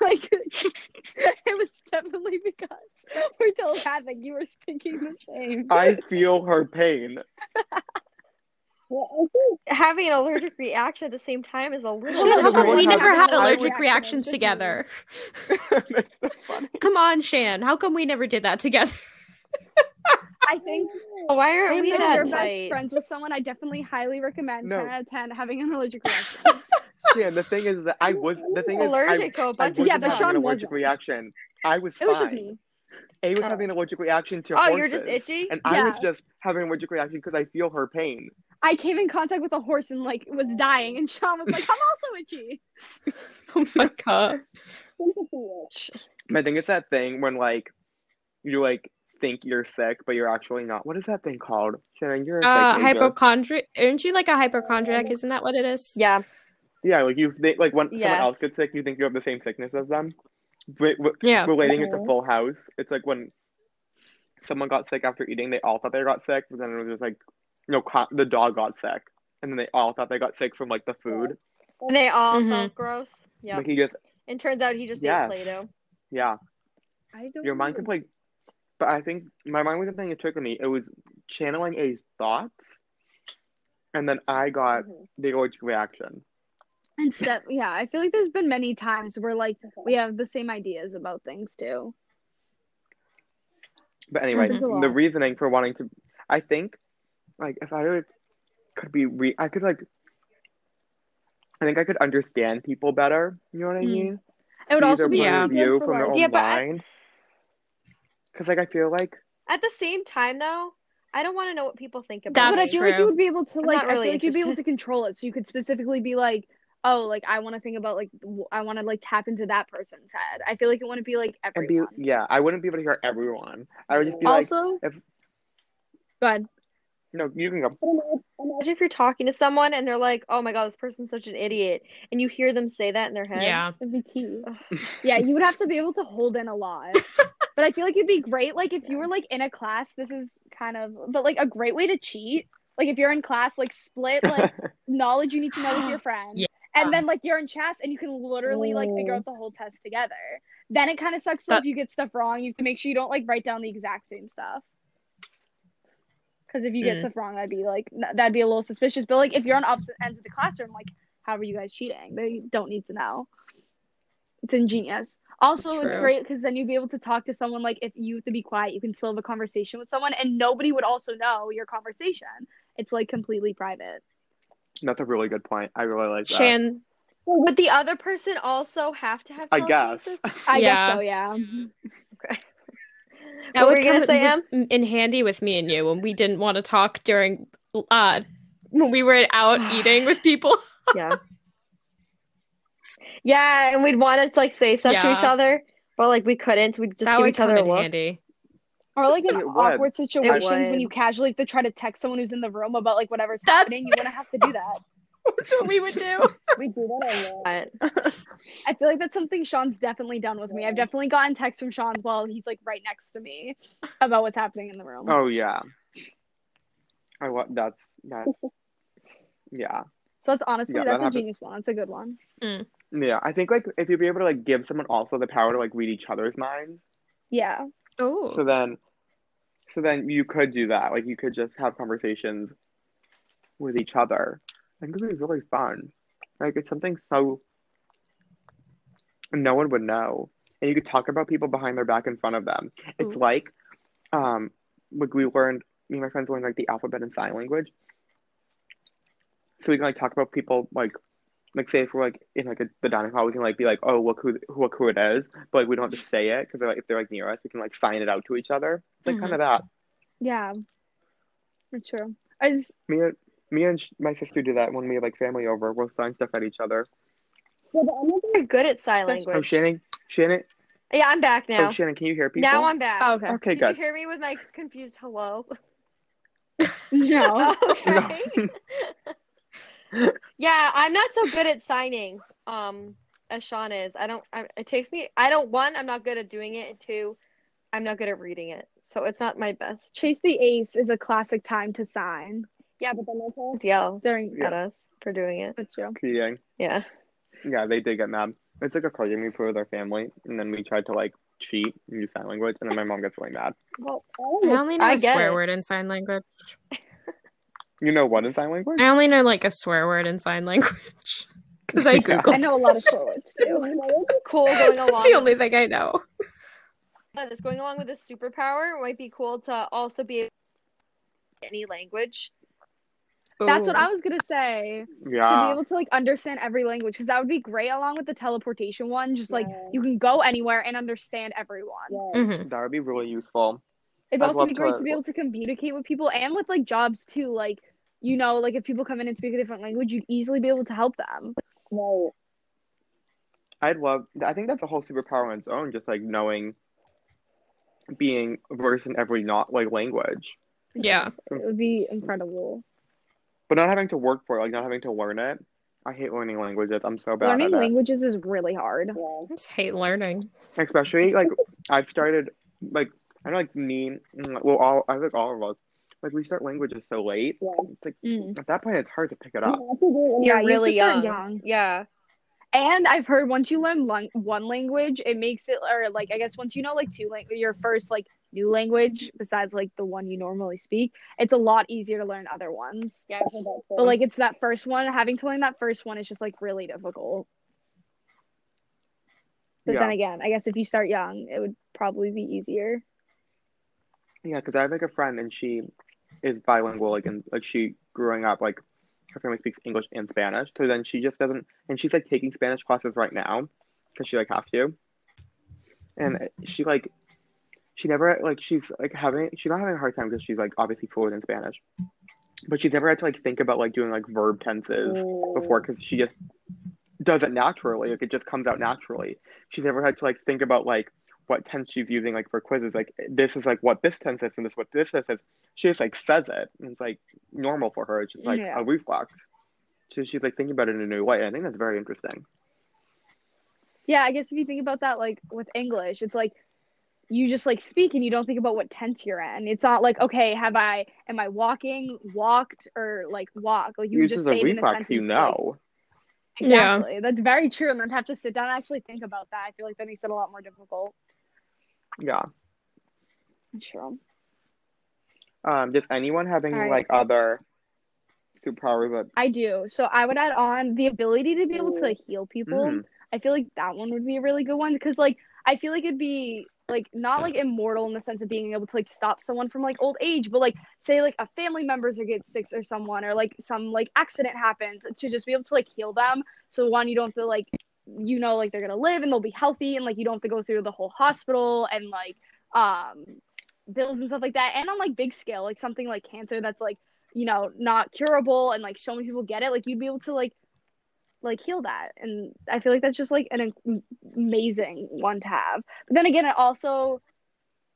C: like it was definitely because we're telepathic. You were thinking the same. [laughs]
B: I feel her pain. [laughs]
D: Well, I think having an allergic reaction at the same time is a little.
E: Shit, how
B: Well,
E: come we
B: we
E: never
B: have
E: had
B: an allergic
E: allergic
C: reaction,
E: reactions
C: just
E: together?
B: That's so funny.
E: [laughs] Come on, Shan. How come we never did that together? [laughs]
C: I think
D: Why aren't
E: I
D: we
E: know.
C: if
E: Yeah,
D: that
C: you're
D: tight?
C: best friends with someone, I definitely highly recommend
B: No.
C: 10 out of 10 having
B: [laughs]
C: an allergic reaction.
B: Yeah, the thing is that I was the thing
D: allergic
B: is
D: to a
B: I, I wasn't
D: bunch of
C: Yeah, but
B: having
D: stuff.
C: Sean
B: an allergic
C: wasn't.
B: reaction. I was
C: It
B: fine.
C: was just me.
B: A was
D: Oh.
B: having an allergic reaction to
D: Oh,
B: horses.
D: you're just itchy.
B: And I was
C: Yeah.
B: just having an allergic reaction because I feel her pain.
C: I came in contact with a horse and like was dying, and Sean was like, "I'm also itchy."
E: Oh
D: [laughs]
E: my god.
B: I think it's that thing when like you like think you're sick, but you're actually not. What is that thing called? Shannon, you're a
E: Uh,
B: psychologist.
E: hypochondri Aren't you like a hypochondriac? Isn't that what it is?
D: Oh. Yeah.
B: Yeah, like you think like when someone
D: Yes.
B: else gets sick, you think you have the same sickness as them. Re- re-
E: Yeah.
B: relating it to
D: Mhm.
B: Full House, it's like when someone got sick after eating, they all thought they got sick, but then it was just like, no, co- the dog got sick, and then they all thought they got sick from like the food.
D: And they all
E: Mhm.
D: felt gross. Yeah.
B: Like he just,
D: And turns out he just
B: Yes.
D: ate Play-Doh.
B: yeah,
C: I don't.
B: your mind can play. But I think my mind wasn't playing a trick on me. It was channeling A's thoughts, and then I got
C: Mm-hmm.
D: Mhm.
B: the allergic reaction.
C: And step, yeah, I feel like there's been many times where like we have the same ideas about things too.
B: But anyway,
C: Happens a
B: the
C: lot.
B: reasoning for wanting to, I think, like if I like, could be re, I could like, I think I could understand people better. You know what I
C: Mm.
B: mean?
C: It would
B: See
C: also
B: their
C: be
B: point
E: Yeah.
B: of
C: good
B: view
C: for,
B: from their
C: like-
B: own
D: Yeah, but I-
B: mind. Because like I feel like
D: At the same time, though, I don't want to know what people think about
C: but I
E: That's
D: me.
C: feel like
E: true.
C: you would be able to
D: I'm
C: like.
D: not
C: I
D: really
C: feel like you'd be able
D: interested.
C: to control it, so you could specifically be like, "Oh, like I want to think about like w- I want to like tap into that person's head." I feel like it wouldn't be like
B: and be
C: everyone.
B: yeah, I wouldn't be able to hear everyone. I would just be like,
C: also,
B: if-
C: go ahead.
B: no, you can go.
D: Imagine if you're talking to someone and they're like, "Oh my god, this person's such an idiot," and you hear them say that in their head.
E: Yeah.
C: It'd be tea. yeah, you would have to be able to hold in a lot.
E: [laughs]
C: but I feel like it'd be great, like if you were like in a class. This is kind of, but like a great way to cheat. Like if you're in class, like split like knowledge you need to know with your friend,
E: Yeah.
C: and then like you're in chess and you can literally like figure
D: Ooh.
C: out the whole test together. Then it kind of sucks though
E: That-
C: if you get stuff wrong. You have to make sure you don't like write down the exact same stuff. Because if you get
E: Mm.
C: stuff wrong, that'd be like n- that'd be a little suspicious. But like if you're on opposite ends of the classroom, like how are you guys cheating? They don't need to know. It's ingenious. Also, it's
E: True.
C: great because then you'd be able to talk to someone. Like, if you have to be quiet, you can still have a conversation with someone, and nobody would also know your conversation. It's like completely private.
B: That's a really good point. I really like that.
E: Shan,
D: Would the other person also have to have?
B: I guess. [laughs]
D: telekinesis?
C: I
E: Yeah.
C: guess so. Yeah.
E: that
D: What were
E: would
D: you
E: come
D: gonna say,
E: with- in handy with me and you when we didn't want to talk during uh when we were out [sighs] eating with people.
D: yeah. Yeah, and we'd want to like say stuff to each
E: Yeah.
D: other, but like we couldn't. so We'd just
E: that
D: give
E: would
D: each
E: come
D: other
E: in
D: looks.
E: handy.
C: Or like in
B: It would.
C: awkward situations when
D: would.
C: you casually have to try to text someone who's in the room about like whatever's
E: That's-
C: happening, you wouldn't have to do
E: [laughs]
C: that.
E: [laughs] That's what we would [laughs] do.
D: We do that a lot.
C: I feel like that's something Sean's definitely done with me. I've definitely gotten texts from Sean while he's like right next to me about what's happening in the room.
B: Oh yeah. I want that's that's yeah.
C: So that's honestly
B: Yeah, that
C: that's a
B: happens.
C: genius one. That's a good one.
B: Yeah. I think like if you'd be able to like give someone also the power to like read each other's minds.
C: Yeah.
E: Oh.
B: So then, so then you could do that. Like you could just have conversations with each other. I think it would be really fun. Like it's something so no one would know, and you could talk about people behind their back in front of them. It's
E: Ooh.
B: like, um, like we learned. Me and my friends learned like the alphabet and sign language, so we can like talk about people like. Like say if we're like in like a, the dining hall, we can like be like, oh look who who look who it is, but like we don't have to say it because they're like if they're like near us, we can like sign it out to each other. It's like
E: Mhm.
D: Mm-hmm.
B: kind of that.
C: Yeah. That's true. I just
B: Me and me and sh- my sister do that when we have like family over. We'll sign stuff at each other.
D: You're good at sign
C: Especially-
B: Oh,
D: language.
B: Shannon, Shannon,
D: Yeah, I'm back now.
B: Oh, Shannon, can you hear people?
D: now I'm back.
C: Oh, okay.
B: Okay,
D: Did
B: good.
D: you hear me with my confused hello?
C: [laughs]
E: Oh,
C: No.
D: [laughs] okay. [laughs] yeah, I'm not so good at signing. Um, as Sean is, I don't. I, it takes me. I don't. One, I'm not good at doing it, and two, I'm not good at reading it. So it's not my best.
C: [laughs] Chase the Ace is a classic time to sign. Yeah, but then my parents
D: Yell
C: during
B: Yeah.
D: at us for doing it.
C: that's true.
B: Cheating.
E: [laughs]
D: Yeah.
B: Yeah, they did get mad. It's like a card game for with our family, and then we tried to like cheat and use sign language, and then my mom gets really mad.
D: Well,
E: I only know
D: I
E: a
D: get
E: swear
D: it.
E: word in sign language.
B: You know what is sign language?
E: I only know like a swear word in sign language [laughs] because I
B: Yeah.
E: googled.
C: I know a lot of short words
B: [laughs]
C: too. [laughs]
D: cool going along.
E: [laughs] That's the only thing I know.
D: Yeah, this going along with this superpower it might be cool to also be any language.
C: That's what
E: Ooh.
C: I was gonna say.
D: Mm-hmm.
C: to be
B: Yeah.
C: able to like understand every language because that would be great along with the teleportation one just like you can go anywhere and understand everyone
E: Mhm.
B: That would be really useful.
C: it'd
B: I'd
C: also
B: love
C: be great
B: to-
C: to be able to communicate with people and with like jobs too like you know like if people come in and speak a different language you'd easily be able to help them
B: I'd love. I think that's a whole superpower on its own, just like knowing, being versed in every not like language,
E: Yeah.
C: it would be incredible
B: but not having to work for it, like not having to learn it. I hate learning languages. I'm so bad
C: learning
B: at it.
C: languages is really hard
E: I just hate learning.
B: Especially like I've started like I know like me. mm, Well, all I think all of us like we start languages so late. It's like
C: Mm.
B: at that point, it's hard to pick it up.
C: Yeah, you
D: You're
C: have to
D: really
C: start
D: young.
C: young.
D: Yeah.
C: and i've heard once you learn lang- one language it makes it or like i guess once you know like two lang- your first like new language besides like the one you normally speak it's a lot easier to learn other ones
D: Yeah.
C: But like it's that first one, having to learn that first one is just like really difficult. But
B: Yeah.
C: then again, I guess if you start young, it would probably be easier.
B: Yeah, because I have like a friend and she is bilingual, like and like she growing up, like her family speaks English and Spanish. So then she just doesn't, and she's like taking Spanish classes right now because she like has to. And she like, she never like she's like having she's not having a hard time because she's like obviously fluent in Spanish, but she's never had to like think about like doing like verb tenses before because she just does it naturally. Like it just comes out naturally. She's never had to like think about like what tense she's using like for quizzes. Like this is like what this tense is and this is what this tense is. She just like says it and it's like normal for her. It's just like
C: Yeah.
B: a reflex. So she's like thinking about it in a new way. And I think that's very interesting.
C: Yeah, I guess if you think about that like with English, it's like you just like speak and you don't think about what tense you're in. It's not like, okay, have I am I walking, walked, or like walk? Like you would
B: Use as
C: just say
B: a
C: it in a
B: reflex,
C: sentence.
B: you
C: like-
B: know.
E: Yeah.
C: exactly. That's very true. And then have to sit down and actually think about that. I feel like that makes it a lot more difficult.
B: Yeah.
C: Sure.
B: Um, does anyone have any
C: All right.
B: like other superpowers that
C: I do. So I would add on the ability to be able to heal people.
B: Mm.
C: I feel like that one would be a really good one because like I feel like it'd be like not like immortal in the sense of being able to like stop someone from like old age, but like say like a family member's or get sick or someone or like some like accident happens to just be able to like heal them. So one, you don't feel like you know like they're gonna live and they'll be healthy and like you don't have to go through the whole hospital and like um bills and stuff like that. And on like big scale, like something like cancer that's like you know not curable and like so many people get it, like you'd be able to like like heal that and i feel like that's just like an am- amazing one to have but then again it also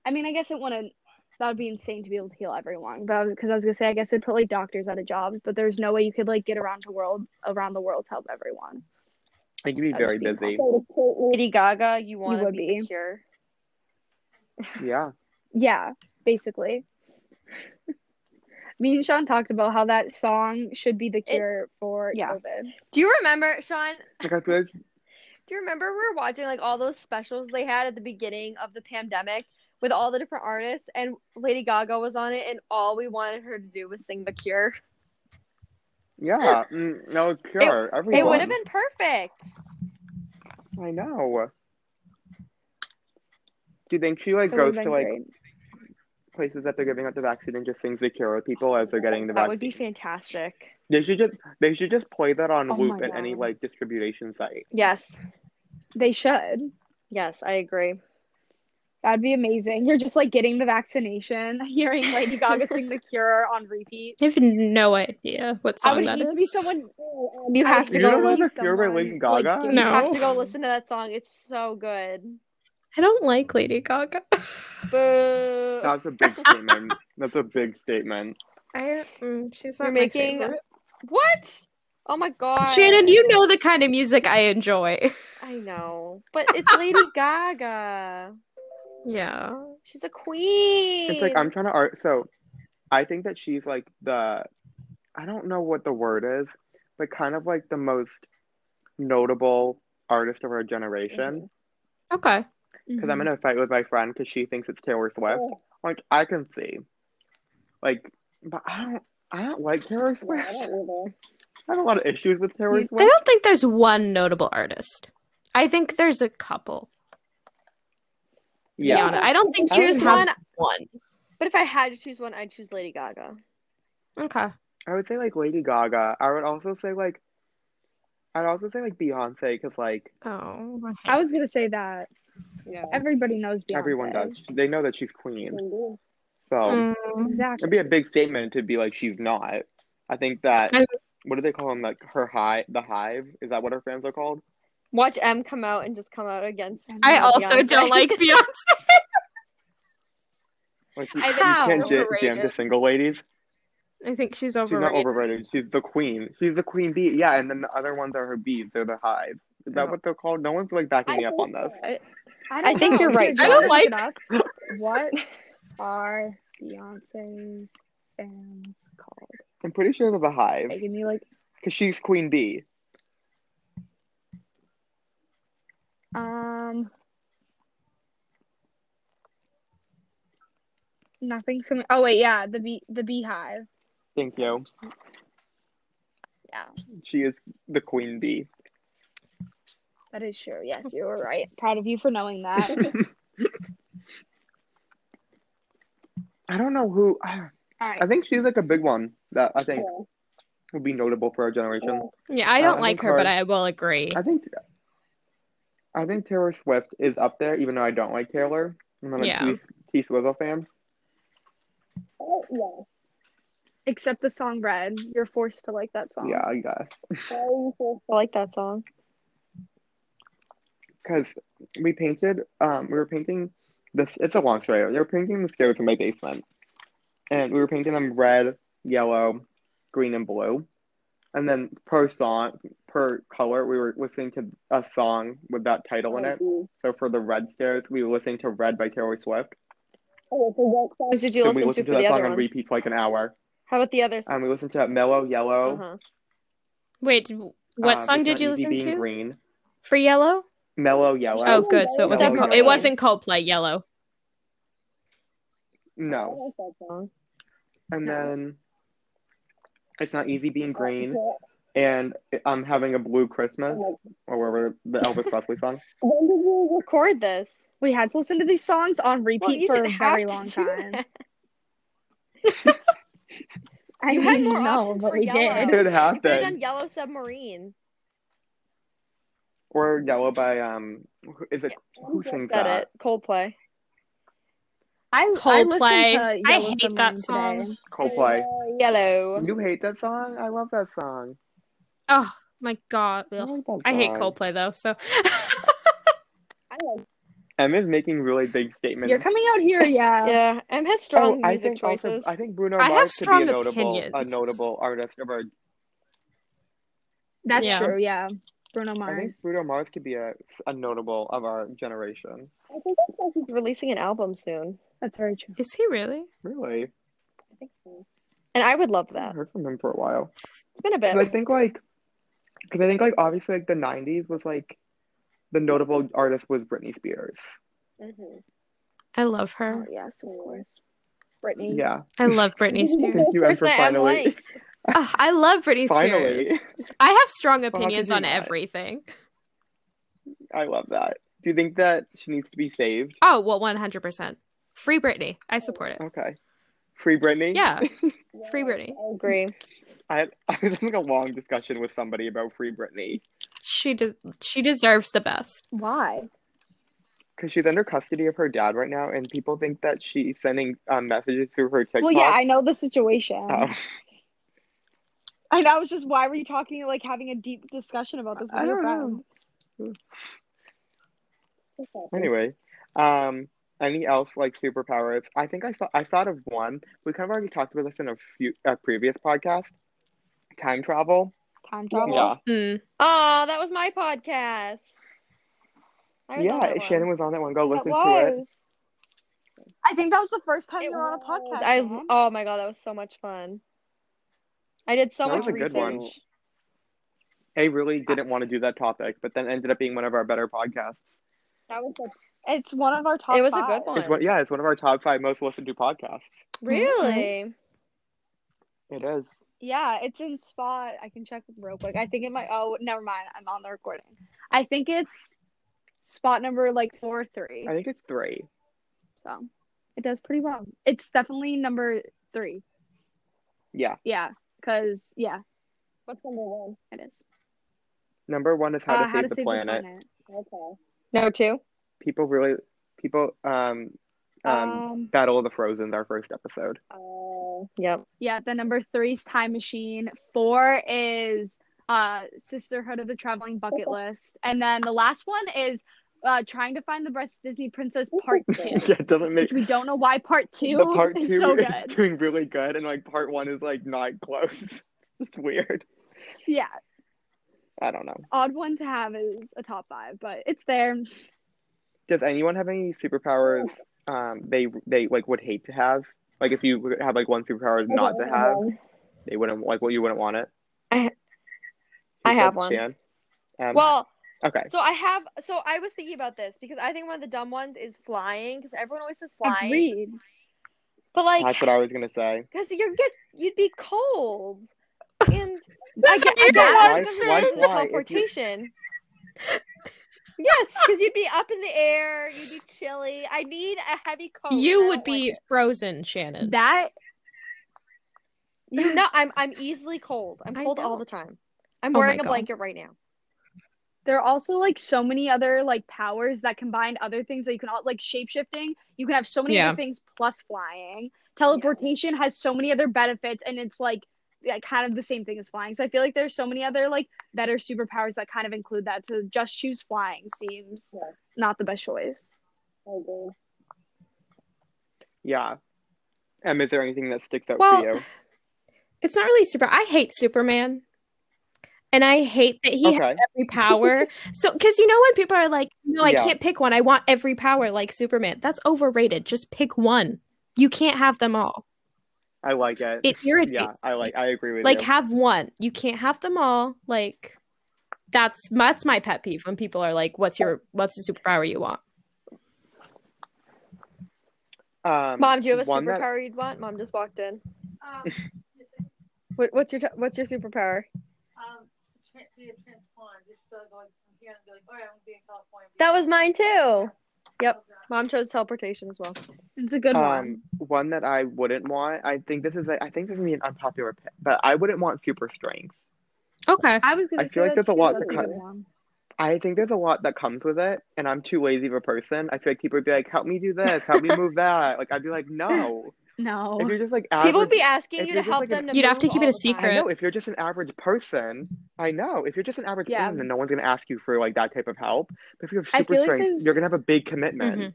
C: i mean i guess it wouldn't that would be insane to be able to heal everyone but because I, was gonna say i guess it'd put like doctors out of jobs but there's no way you could like get around to world around the world to help everyone
B: I think you'd be
C: That would
B: very
C: be
B: busy.
D: Lady Gaga, you want to
C: would
D: be,
C: be.
D: the cure.
B: Yeah.
C: yeah basically [laughs] me and sean talked about how that song should be the cure for
D: yeah.
C: covid
D: Do you remember, Sean?
B: Like I feel like
D: Do you remember we were watching like all those specials they had at the beginning of the pandemic with all the different artists, and Lady Gaga was on it, and all we wanted her to do was sing "The Cure."
C: [laughs]
B: yeah. Mm, no, it's pure. Everyone.
D: It would have been perfect.
B: I know. Do you think she like
C: It
B: goes
C: would've
B: to
C: been
B: like
C: great.
B: places that they're giving out the vaccine and just sings the cure with people as they're getting the
D: That
B: vaccine?
D: would be fantastic.
B: They should just they should just play that on
C: Oh
B: loop
C: my
B: at any
C: God.
B: like distribution site.
D: Yes,
C: they should
D: yes, I agree.
C: That'd be amazing. You're just like getting the vaccination, [laughs] hearing Lady Gaga sing The Cure on repeat.
E: I have no idea what song
C: I would
E: that
C: hate to be
E: is. [laughs]
C: someone.
D: You
C: I
D: have
C: would
D: to
B: You
C: hate
D: go.
B: don't know
C: be
B: The Cure by Lady [laughs]
C: someone,
B: Gaga?
C: like,
D: You
E: No.
D: have to go listen to that song. It's so good.
E: I don't like Lady Gaga.
C: Boo.
B: That's a big statement. That's a big statement.
E: I mm, she's not
D: You're
E: my
D: making
E: favorite.
D: what? Oh my god,
E: Shannon, you know the kind of music I enjoy.
D: I know, but it's Lady Gaga.
E: Yeah.
D: She's a queen.
B: It's like I'm trying to art. So, I think that she's like the, I don't know what the word is, but kind of like the most notable artist of our generation.
E: Okay.
B: Because
E: Mm-hmm.
B: I'm in a fight with my friend because she thinks it's Taylor Swift.
E: Oh.
B: Like I can see, like, but I don't. I don't like Taylor Swift. I have a lot of issues with Taylor
E: I
B: Swift.
E: don't think there's one notable artist. I think there's a couple.
B: Yeah.
E: Yana. I don't think
B: I wouldn't
D: choose
E: choose one.
D: one,
E: One.
D: but if I had to choose one, I'd choose Lady Gaga.
E: Okay.
B: I would say like Lady Gaga. I would also say like, I'd also say like Beyonce because like
E: Oh.
C: I was gonna say that
D: Yeah.
C: everybody knows Beyonce.
B: everyone does. They know that she's queen. So
E: Mm.
C: Exactly.
B: it'd be a big statement to be like she's not. I think that
E: I-
B: what do they call them? Like her hive, the hive. Is that what her fans are called?
D: Watch M come out and just come out against.
E: I also
D: Beyonce. [laughs]
E: don't [laughs] like Beyonce.
B: Like you,
E: I
B: you
E: think she's
B: can't j- jam to
E: overrated.
B: single ladies.
E: I think she's
B: She's not
E: overrated.
B: overrated. She's the queen. She's the queen bee. Yeah, and then the other ones are her bees. They're the hive. Is that
E: Oh.
B: what they're called? No one's like backing me up on this.
C: I,
D: I think
C: know.
D: you're right,
C: Did
E: John.
C: you
E: I don't
C: look it up?
E: [laughs]
C: what are Beyonce's fans called?
B: I'm pretty sure they're the hive
C: Like, give me like
B: because she's queen bee.
C: um nothing. Some oh wait, yeah, the bee the beehive.
B: Thank you.
C: Yeah.
B: She is the queen bee.
C: That is true. Yes, you were right. Proud of you for
B: [laughs]
C: knowing that.
B: I don't know who. [sighs] I
C: All right.
B: I think she's like a big one that I think would be notable for our generation.
E: Yeah, I
B: Uh,
E: don't
B: I
E: like
B: think
E: her, but
B: her-
E: I will agree.
B: I think I think Taylor Swift is up there, even though I don't like Taylor. I'm not a
E: Yeah.
B: T, T Swizzle fan.
C: Except the song Red. You're forced to like that song.
B: Yeah, I guess
D: I like that song.
B: because we painted. Um, we were painting this. It's a long story. They were painting the stairs in my basement, and we were painting them red, yellow, green, and blue. And then per song, per color, we were listening to a song with that title in it. So for the red stairs, we were listening to "Red" by Taylor Swift.
C: Oh,
D: What did you
B: Then we
D: listen to
B: listened
D: for
B: to,
D: the
B: that
D: other
B: song on
D: ones?
B: repeat for like an hour.
D: How about the others?
B: And we listened to "Mellow Yellow."
D: Uh-huh.
E: Wait, what
B: uh,
E: song
B: It's
E: did
B: Not
E: you
B: Easy
E: listen
B: being
E: to
B: Green.
E: for Yellow?
B: Mellow Yellow.
E: Oh, good. So it wasn't.
B: Yellow,
E: Co- it
B: yellow.
E: wasn't Coldplay. Yellow.
B: No. And then It's Not Easy Being Green and I'm Having a Blue Christmas or whatever the Elvis Presley song.
D: When did you record this?
C: We had to listen to these songs on repeat for a very
D: [laughs]
C: long time. I
D: You had
C: mean,
D: more
C: no,
D: options
C: but
D: for
C: we
D: yellow.
C: did.
B: It
D: You could have done
B: happened.
D: Yellow Submarine.
B: Or Yellow by, um, who- is it, who sings
D: Said
B: that?
D: it. Coldplay.
C: I,
E: Coldplay.
C: I, listened to
E: I
C: Yellow
E: hate
C: Submarine
E: that song.
C: today.
B: Coldplay.
C: Uh,
D: Yellow.
B: You hate that song? I love that song.
E: Oh my god. Ugh.
B: like that
E: I hate
B: song.
E: Coldplay though. So
B: Emma's making really big statements.
E: Oh,
C: You're coming out here, yeah.
D: Yeah, M has
B: Oh,
D: strong
B: I
D: music
B: think also-
D: choices.
B: I think Bruno
E: I have
B: Mars could be a
E: strong
B: notable, a
E: opinions.
B: notable artist of our
C: That's
E: Yeah.
C: true, yeah. Bruno
B: I think
C: Mars.
B: Bruno Mars could be a, a notable of our generation.
D: I think he's releasing an album soon.
C: That's very true.
E: [laughs] is he really?
B: Really?
D: I think so. And I would love
B: I haven't
D: that.
B: heard from him for a while.
D: It's been a
B: 'Cause I
D: bit.
B: think like, because I think like obviously like the '90s was like, the notable artist was Britney Spears. Mm-hmm.
E: I love
C: Oh,
E: her.
C: yes, of course. Brittany.
B: Yeah.
E: I love
B: [laughs]
E: Britney Spears.
B: Thank you, Em, for
D: Person that Em
B: finally.
D: likes.
E: Ugh, I love
B: [laughs]
E: Britney
B: Finally.
E: Spears. I have strong
B: could
E: opinions
B: you
E: on
B: not?
E: everything.
B: I love that. Do you think that she needs to be saved?
E: Oh well, one hundred percent. Free Britney. I support it.
B: Okay. Free Britney. [laughs]
E: Yeah, free Britney.
D: [laughs] I agree.
B: I [laughs] I was having a long discussion with somebody about Free Britney
E: She de- she deserves the best.
C: Why?
B: because she's under custody of her dad right now, and people think that she's sending um, messages through her TikTok.
C: Well, yeah, I know the situation. [laughs]
B: Um,
C: I know. I was just, why were you talking like having a deep discussion about this? with
B: I
C: your
B: don't know.
C: friend?
B: Anyway, Um, any else like superpowers? I think I thought I thought of one. We kind of already talked about this in a few a previous podcast. Time travel.
C: Time travel.
B: Yeah,
E: Mm.
D: Oh, that was my podcast. I was on
B: yeah.
D: that one.
B: Shannon was on that one. Go
D: That
B: listen to it.
D: was.
C: I think that was the first time
D: It
C: you were on a
D: was.
C: podcast.
D: I
C: Mom.
D: oh my god, that was so much fun. I did so
B: That
D: much
B: was a good one.
D: research.
B: I really didn't want to do that topic, but then ended up being one of our better podcasts.
D: That was a,
C: It's one of our top.
D: it was a
C: five.
D: good one.
B: It's one, yeah, it's one of our top five most listened to podcasts.
D: [laughs] Really?
B: It is.
C: Yeah, it's in spot. I can check real quick. I think it might. Oh, never mind. I'm on the recording. I think it's spot number like four or three.
B: I think it's three.
C: So it does pretty well. It's definitely number three.
B: Yeah.
C: Yeah, because yeah,
D: What's number one?
C: it is.
B: Number one is how to
C: Uh,
B: save, the, planet.
D: Okay. No two.
B: People really, people, um, um,
C: Um,
B: Battle of the Frozen's our first episode.
D: Uh, yep.
C: yeah, the number three is Time Machine. Four is uh Sisterhood of the Traveling Bucket List, and then the last one is uh trying to find the best Disney princess part
A: [laughs]
B: [laughs]
C: two.
B: yeah, it doesn't make
C: Which we don't know why part two,
B: the part two
C: is so
B: is
C: good.
B: doing really good, and like part one is like not close. [laughs] It's just weird.
C: Yeah,
B: I don't know.
C: odd one to have is a top five, but it's there.
B: Does anyone have any superpowers? Um, they they like would hate to have. Like if you had like one superpower not to have, they wouldn't like. Well, you wouldn't want it.
D: I- I
B: Who
D: have
B: said
D: one.
B: Shan? Um,
D: Well,
B: okay.
D: so I have. So I was thinking about this because I think one of the dumb ones is flying because everyone always says flying.
C: Agreed.
D: But like,
B: That's what I was gonna say.
D: because you get you'd be cold
E: [laughs]
D: and
C: I get, I
D: Yeah,
B: Why-
D: because
B: why
D: it's
B: fly if you-
D: teleportation. yes, because you'd be up in the air, you'd be chilly. I need a heavy coat. and
E: You
D: I
E: would
D: don't like
E: be
D: it.
E: frozen, Shannon.
C: that
D: you know, I'm I'm easily cold. I'm
E: I
D: cold all
E: know.
D: the time. I'm
E: Oh my
D: wearing a
E: God.
D: blanket right now.
C: there are also like so many other like powers that combine other things that you can all like shapeshifting. You can have so many
E: Yeah.
C: other things plus flying. Teleportation has so many other benefits, and it's like yeah, kind of the same thing as flying. So I feel like there's so many other like better superpowers that kind of include that. To just choose flying seems
D: Yeah.
C: not the best choice.
B: Yeah. Em, is there anything that sticks out
E: Well,
B: for you?
E: It's not really super. I hate Superman. And I hate that he
B: okay.
E: has every power. so, because you know when people are like, no, I
B: Yeah.
E: can't pick one. I want every power like Superman. That's overrated. Just pick one. You can't have them all.
B: I like it.
E: It irritates.
B: yeah, I like. I agree with
E: Like
B: you.
E: have one. You can't have them all. Like that's that's my pet peeve when people are like, "What's your what's the superpower you want?"
B: um,
D: Mom, do you have a
B: one that-
D: superpower you'd want? Mom just walked in. [laughs] What, what's your t- what's your superpower?
F: um, tran- be a transformed. It's still going from here and be like, all right, I'm gonna be in California.
D: That was mine too. Yep, mom chose teleportation as well.
C: It's a good one.
B: um, one that I wouldn't want. I think this is. a- I think this is an unpopular pick, but I wouldn't want super strength.
E: Okay.
C: I was. Gonna
B: I
C: say
B: feel like
C: that
B: there's a
C: too.
B: lot
C: That's
B: to
C: a
B: cut-
C: good one.
B: I think there's a lot that comes with it, and I'm too lazy of a person. I feel like people would be like, "Help me do this. Help me move that." Like I'd be like, "No."
C: [laughs] No.
B: If you're just like
D: People would
B: average,
D: be asking
B: Uh, if
D: you to
B: you're just
D: help
B: like
D: them.
B: an-
D: To
E: You'd have to
D: move
E: keep it
D: all
E: a
D: the time.
E: secret.
B: I know if you're just an average person. I know if you're just an average
C: Yeah.
B: person, then no one's gonna ask you for like that type of help. But if you have
C: I
B: super
C: feel like
B: strength,
C: there's- Mm-hmm.
B: you're gonna have a big commitment.
E: Mhm.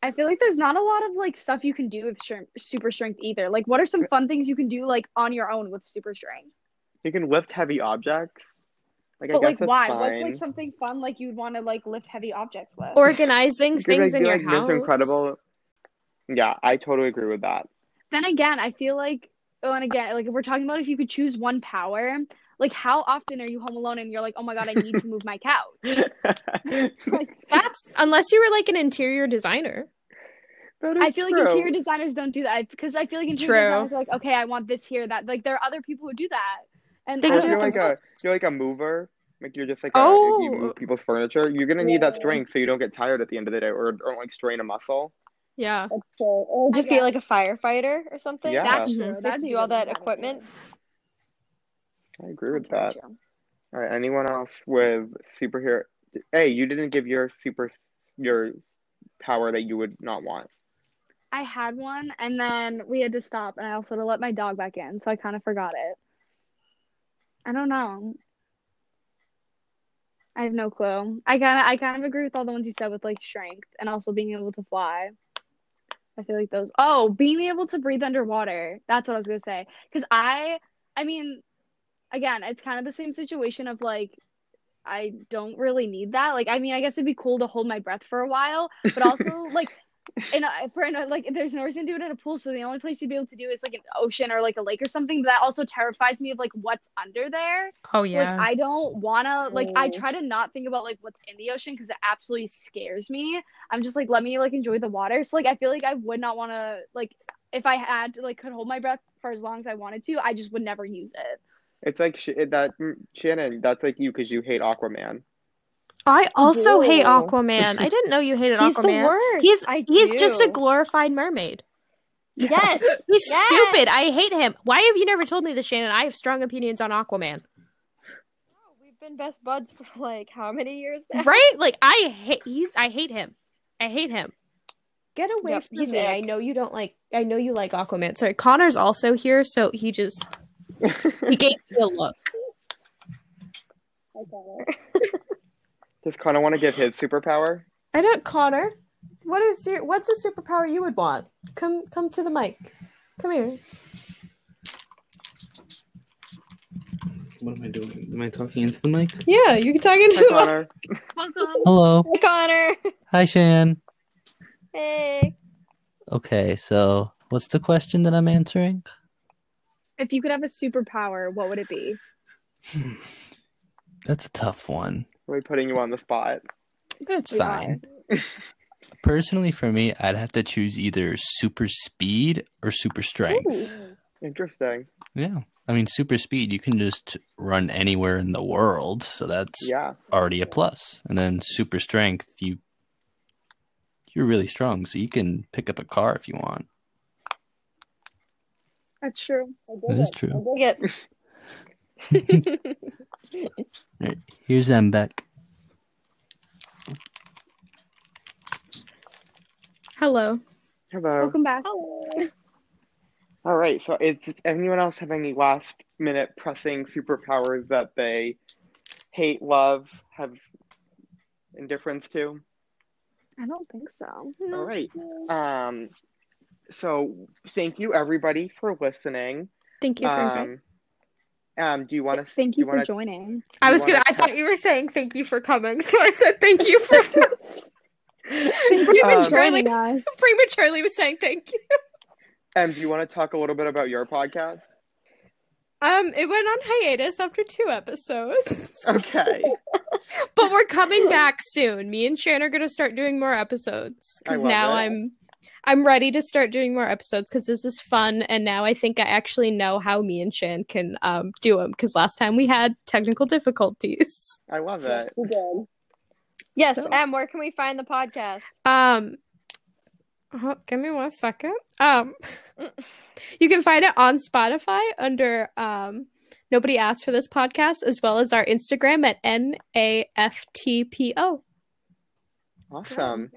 C: I feel like there's not a lot of like stuff you can do with shrim- super strength either. Like, what are some fun things you can do like on your own with super strength?
B: You can lift heavy objects. Like I
C: but
B: guess
C: like,
B: that's
C: why?
B: fine.
C: What's like something fun like you'd want to like lift heavy objects with?
E: Organizing
B: You could,
E: things
B: like,
E: in
B: do,
E: your
B: like,
E: house.
B: Mission Incredible. Yeah, I totally agree with
E: [laughs]
B: that.
C: then again, I feel like
B: [laughs]
C: oh, and again, like if we're talking about if you could choose one power, like how often are you home alone and you're like, oh my god, I need to move my couch? Like,
E: That's unless you were like an interior designer.
B: That
C: I
B: is
C: feel
B: true.
C: like interior designers don't do that because I feel like interior
E: True.
C: designers are like, okay, I want this here, that like there are other people who do that, and
E: They
C: I
B: Or
E: do
B: if
E: it
B: you're
C: don't
B: like
C: think
B: a you're like a mover, like you're just like a, you
E: Oh.
B: move people's furniture. You're gonna need that strength so you don't get tired at the end of the day, or or like strain a muscle.
E: Yeah.
D: Or just be like a firefighter or something.
B: Yeah.
C: that's
E: Mhm.
C: true.
D: So you have
C: That's
D: to do all
C: really
D: that
C: bad idea.
D: equipment.
B: I agree with
C: That's really
B: that.
C: true.
B: All right, anyone else with superhero? Hey, you didn't give your super your power that you would not want.
C: I had one, and then we had to stop, and I also had to let my dog back in, so I kind of forgot it. I don't know. I I have no clue. I kind of I kind of agree with all the ones you said with like strength and also being able to fly. I feel like those. Oh, being able to breathe underwater. That's what I was gonna say. Because I, I mean, again, it's kind of the same situation of like, I don't really need that. Like, I mean, I guess it'd be cool to hold my breath for a while, but also like, in a, for in a, like, there's no reason to do it in a pool. So the only place you'd be able to do is like an ocean or like a lake or something. But that also terrifies me of like what's under there.
E: Oh
C: So, like I don't wanna like I
D: Oh.
C: try to not think about like what's in the ocean because it absolutely scares me. I'm just like let me like enjoy the water. So like I feel like I would not wanna like if I had like could hold my breath for as long as I wanted to, I just would never use it.
B: It's like sh- that mm, Shannon. That's like you because you hate Aquaman. [laughs]
E: I also hate
D: Whoa.
E: Aquaman. I didn't know you hated
D: He's the
E: Aquaman.
D: worst.
E: He's
D: I
E: he's just a
D: do.
E: glorified mermaid.
D: Yes.
E: [laughs] He's
D: yes.
E: stupid. I hate him. Why have you never told me this, Shannon? I have strong opinions on Aquaman.
D: Oh, We've been best buds for like how many years now? [laughs]
E: Right? Like I hate he's I hate him. I hate him. Get away
D: Yep,
E: from
D: he's
E: me.
D: ick.
E: I know you don't like I know you like Aquaman. Sorry, Connor's also here, so he just he gave me a look.
D: I got it.
B: Does Connor want to give his superpower?
E: [laughs] I don't Connor. What is your what's a superpower you would want? Come come to the mic. Come here.
G: What am I doing? Am I talking into the mic?
E: Yeah, you can talk into
B: Hi,
E: the mic.
B: Connor.
C: [laughs] Welcome.
G: Hello.
D: Hey, Connor.
G: Hi, Shan.
D: Hey.
G: Okay, so what's the question that I'm answering?
C: If you could have a superpower, what would it be?
G: That's a tough one.
B: We're putting you on the spot.
G: That's
C: We are.
G: fine. [laughs] Personally, for me, I'd have to choose either super speed or super strength.
B: Interesting.
G: Yeah. I mean, super speed, you can just run anywhere in the world, so that's
B: Yeah.
G: already a plus. And then super strength, you you're really strong, so you can pick up a car if you want.
C: That's true.
G: That is true.
D: Dig it.
G: Here's Embek.
E: Hello.
B: Hello.
C: Welcome back.
B: All right. So, is does anyone else have any last minute pressing superpowers that they hate, love, have indifference to?
C: I don't think so.
B: All right. Um, so, thank you everybody for listening.
E: Thank you for inviting.
B: Um, um, do you want to?
C: Thank you for
B: wanna,
C: [laughs] joining.
E: I was
B: you
E: gonna
B: wanna
E: I thought you were saying thank you for coming, [laughs] so I said thank you [laughs] for
B: Um,
E: prematurely
C: us.
E: prematurely was saying thank you.
B: Um, do you want to talk a little bit about your podcast?
E: Um it went on hiatus after two [laughs] episodes.
B: Okay.
E: but we're coming back soon. Me and Shan are gonna start doing more episodes.
B: I
E: Because
B: love
E: now
B: it.
E: I'm I'm ready to start doing more episodes because this is fun and now I think I actually know how me and Shan can um do them because last time we had technical difficulties. [laughs]
B: I love it.
D: We did. Yes,
E: So-
D: Em, where can we find the podcast?
E: Um, oh, give me one second. Um, you can find it on Spotify under um, Nobody Asked for This podcast, as well as our Instagram at N A F T P O.
B: Awesome.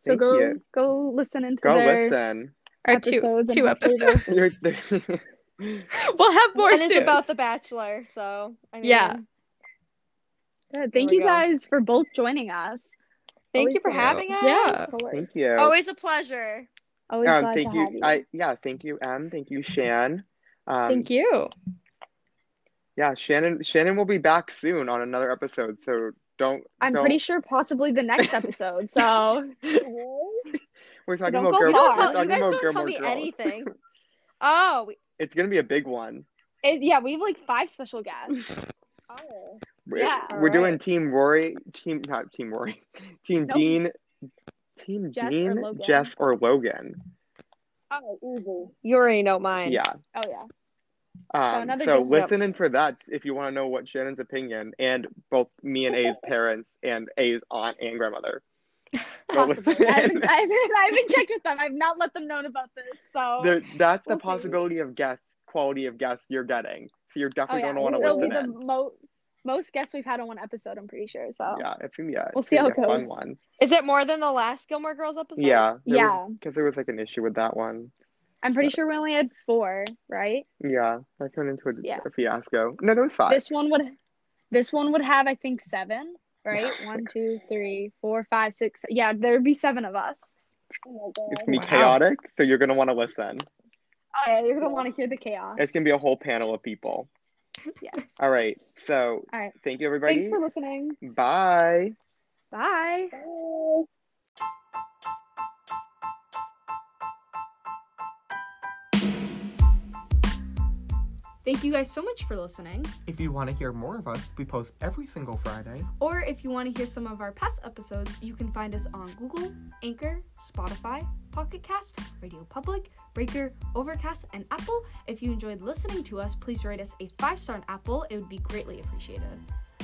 C: So
B: Thank
C: go
B: you.
C: go listen into
B: Go
C: their
B: listen.
E: Or two,
C: episodes and
E: two
C: hopefully
E: episodes.
B: You're- [laughs]
E: [laughs] We'll have more
D: and
E: soon.
D: it's about The Bachelor, so I mean,
E: Yeah.
C: they'll- Yeah, Thank
D: we
C: you
D: go.
C: guys for both joining us.
D: Thank
C: Always
D: you for
C: fun.
D: having us.
E: yeah.
B: Uh, thank you.
D: Always a pleasure.
C: Always
B: um,
C: glad
B: thank
C: to
B: you.
C: have you.
B: I yeah, thank you, Em. Thank you, Shan. Um,
E: Thank you.
B: Yeah, Shannon. Shannon will be back soon on another episode, so don't.
C: I'm
B: don't-
C: pretty sure possibly the next episode.
D: [laughs]
C: So
B: We're talking
C: don't
B: about Gilmore.
C: go We're
D: Oh,
B: We're talking
C: far.
D: You don't tell- you guys
B: about
D: don't tell
B: Gilmore
D: me
B: Girls.
D: anything. Oh, we,
B: It's gonna be a big one.
C: it, yeah, we have like five
B: [laughs]
C: special guests.
D: oh.
B: We're,
C: Yeah,
B: we're
D: alright.
B: doing Team Rory, Team not Team Rory, [laughs] Team
C: Nope.
B: Dean, Team
C: Jess or
B: Dean,
C: Logan.
B: Jeff or Logan.
D: oh, easy. You already know mine.
B: Yeah.
C: Oh yeah,
B: Um,
C: another
B: so
C: good-
B: listen in for that if you want to know what Shannon's opinion and both me and
C: [laughs]
B: A's parents and A's aunt and grandmother. Go listen
C: possibly. I
B: in.
C: haven't, I, haven't, I haven't checked with them. I've not let them know about this. So
B: [laughs] There, that's
C: We'll
B: the
C: see.
B: possibility of guests, quality of guests you're getting. So you're
C: oh
B: definitely
C: yeah,
B: going to want to
C: it'll be
B: listen
C: the
B: in.
C: mo- most guests we've had on one episode. I'm pretty sure. So
B: Yeah, it's gonna be a,
C: We'll
B: it's
C: see
B: gonna
C: how
B: be
C: it
B: a fun
C: goes.
B: one.
D: Is it more than the last Gilmore Girls episode?
B: Yeah,
C: Yeah.
B: because there was like an issue with that one.
C: I'm pretty sure we only had four, right?
B: Yeah, that turned into a,
C: Yeah.
B: a fiasco. No, there was five.
C: This one would, this one would have I think seven. right? One, two, three, four, five, six. Yeah, there'd be seven of us.
H: Oh
I: It's
H: my
I: gonna be chaotic, so you're gonna want to listen.
C: Oh, yeah, you're gonna want to hear the chaos.
I: It's gonna be a whole panel of people.
C: yes.
I: All right. So
C: All right.
I: thank you, everybody.
C: Thanks for listening.
I: Bye.
C: Bye.
H: god.
A: Thank you guys so much for listening.
B: If you want to hear more of us, we post every single Friday.
A: Or if you want to hear some of our past episodes, you can find us on Google, Anchor, Spotify, Pocket Cast, Radio Public, Breaker, Overcast, and Apple. If you enjoyed listening to us, please rate us a five star on Apple. It would be greatly appreciated.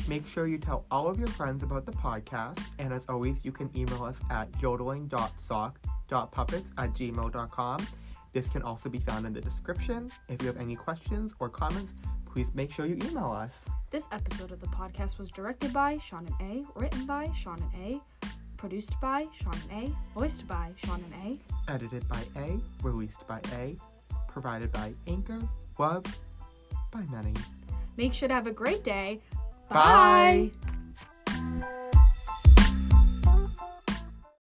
B: Make sure you tell all of your friends about the podcast. And as always, you can email us at yodeling.sock.puppets at gmail.com. This can also be found in the description. If you have any questions or comments, please make sure you email us.
A: This episode of the podcast was directed by Sean and A, written by Sean and A, produced by Sean and A, voiced by Sean and A.
B: Edited by A, released by A, provided by Anchor, Wub, by many.
A: Make sure to have a great day.
B: Bye.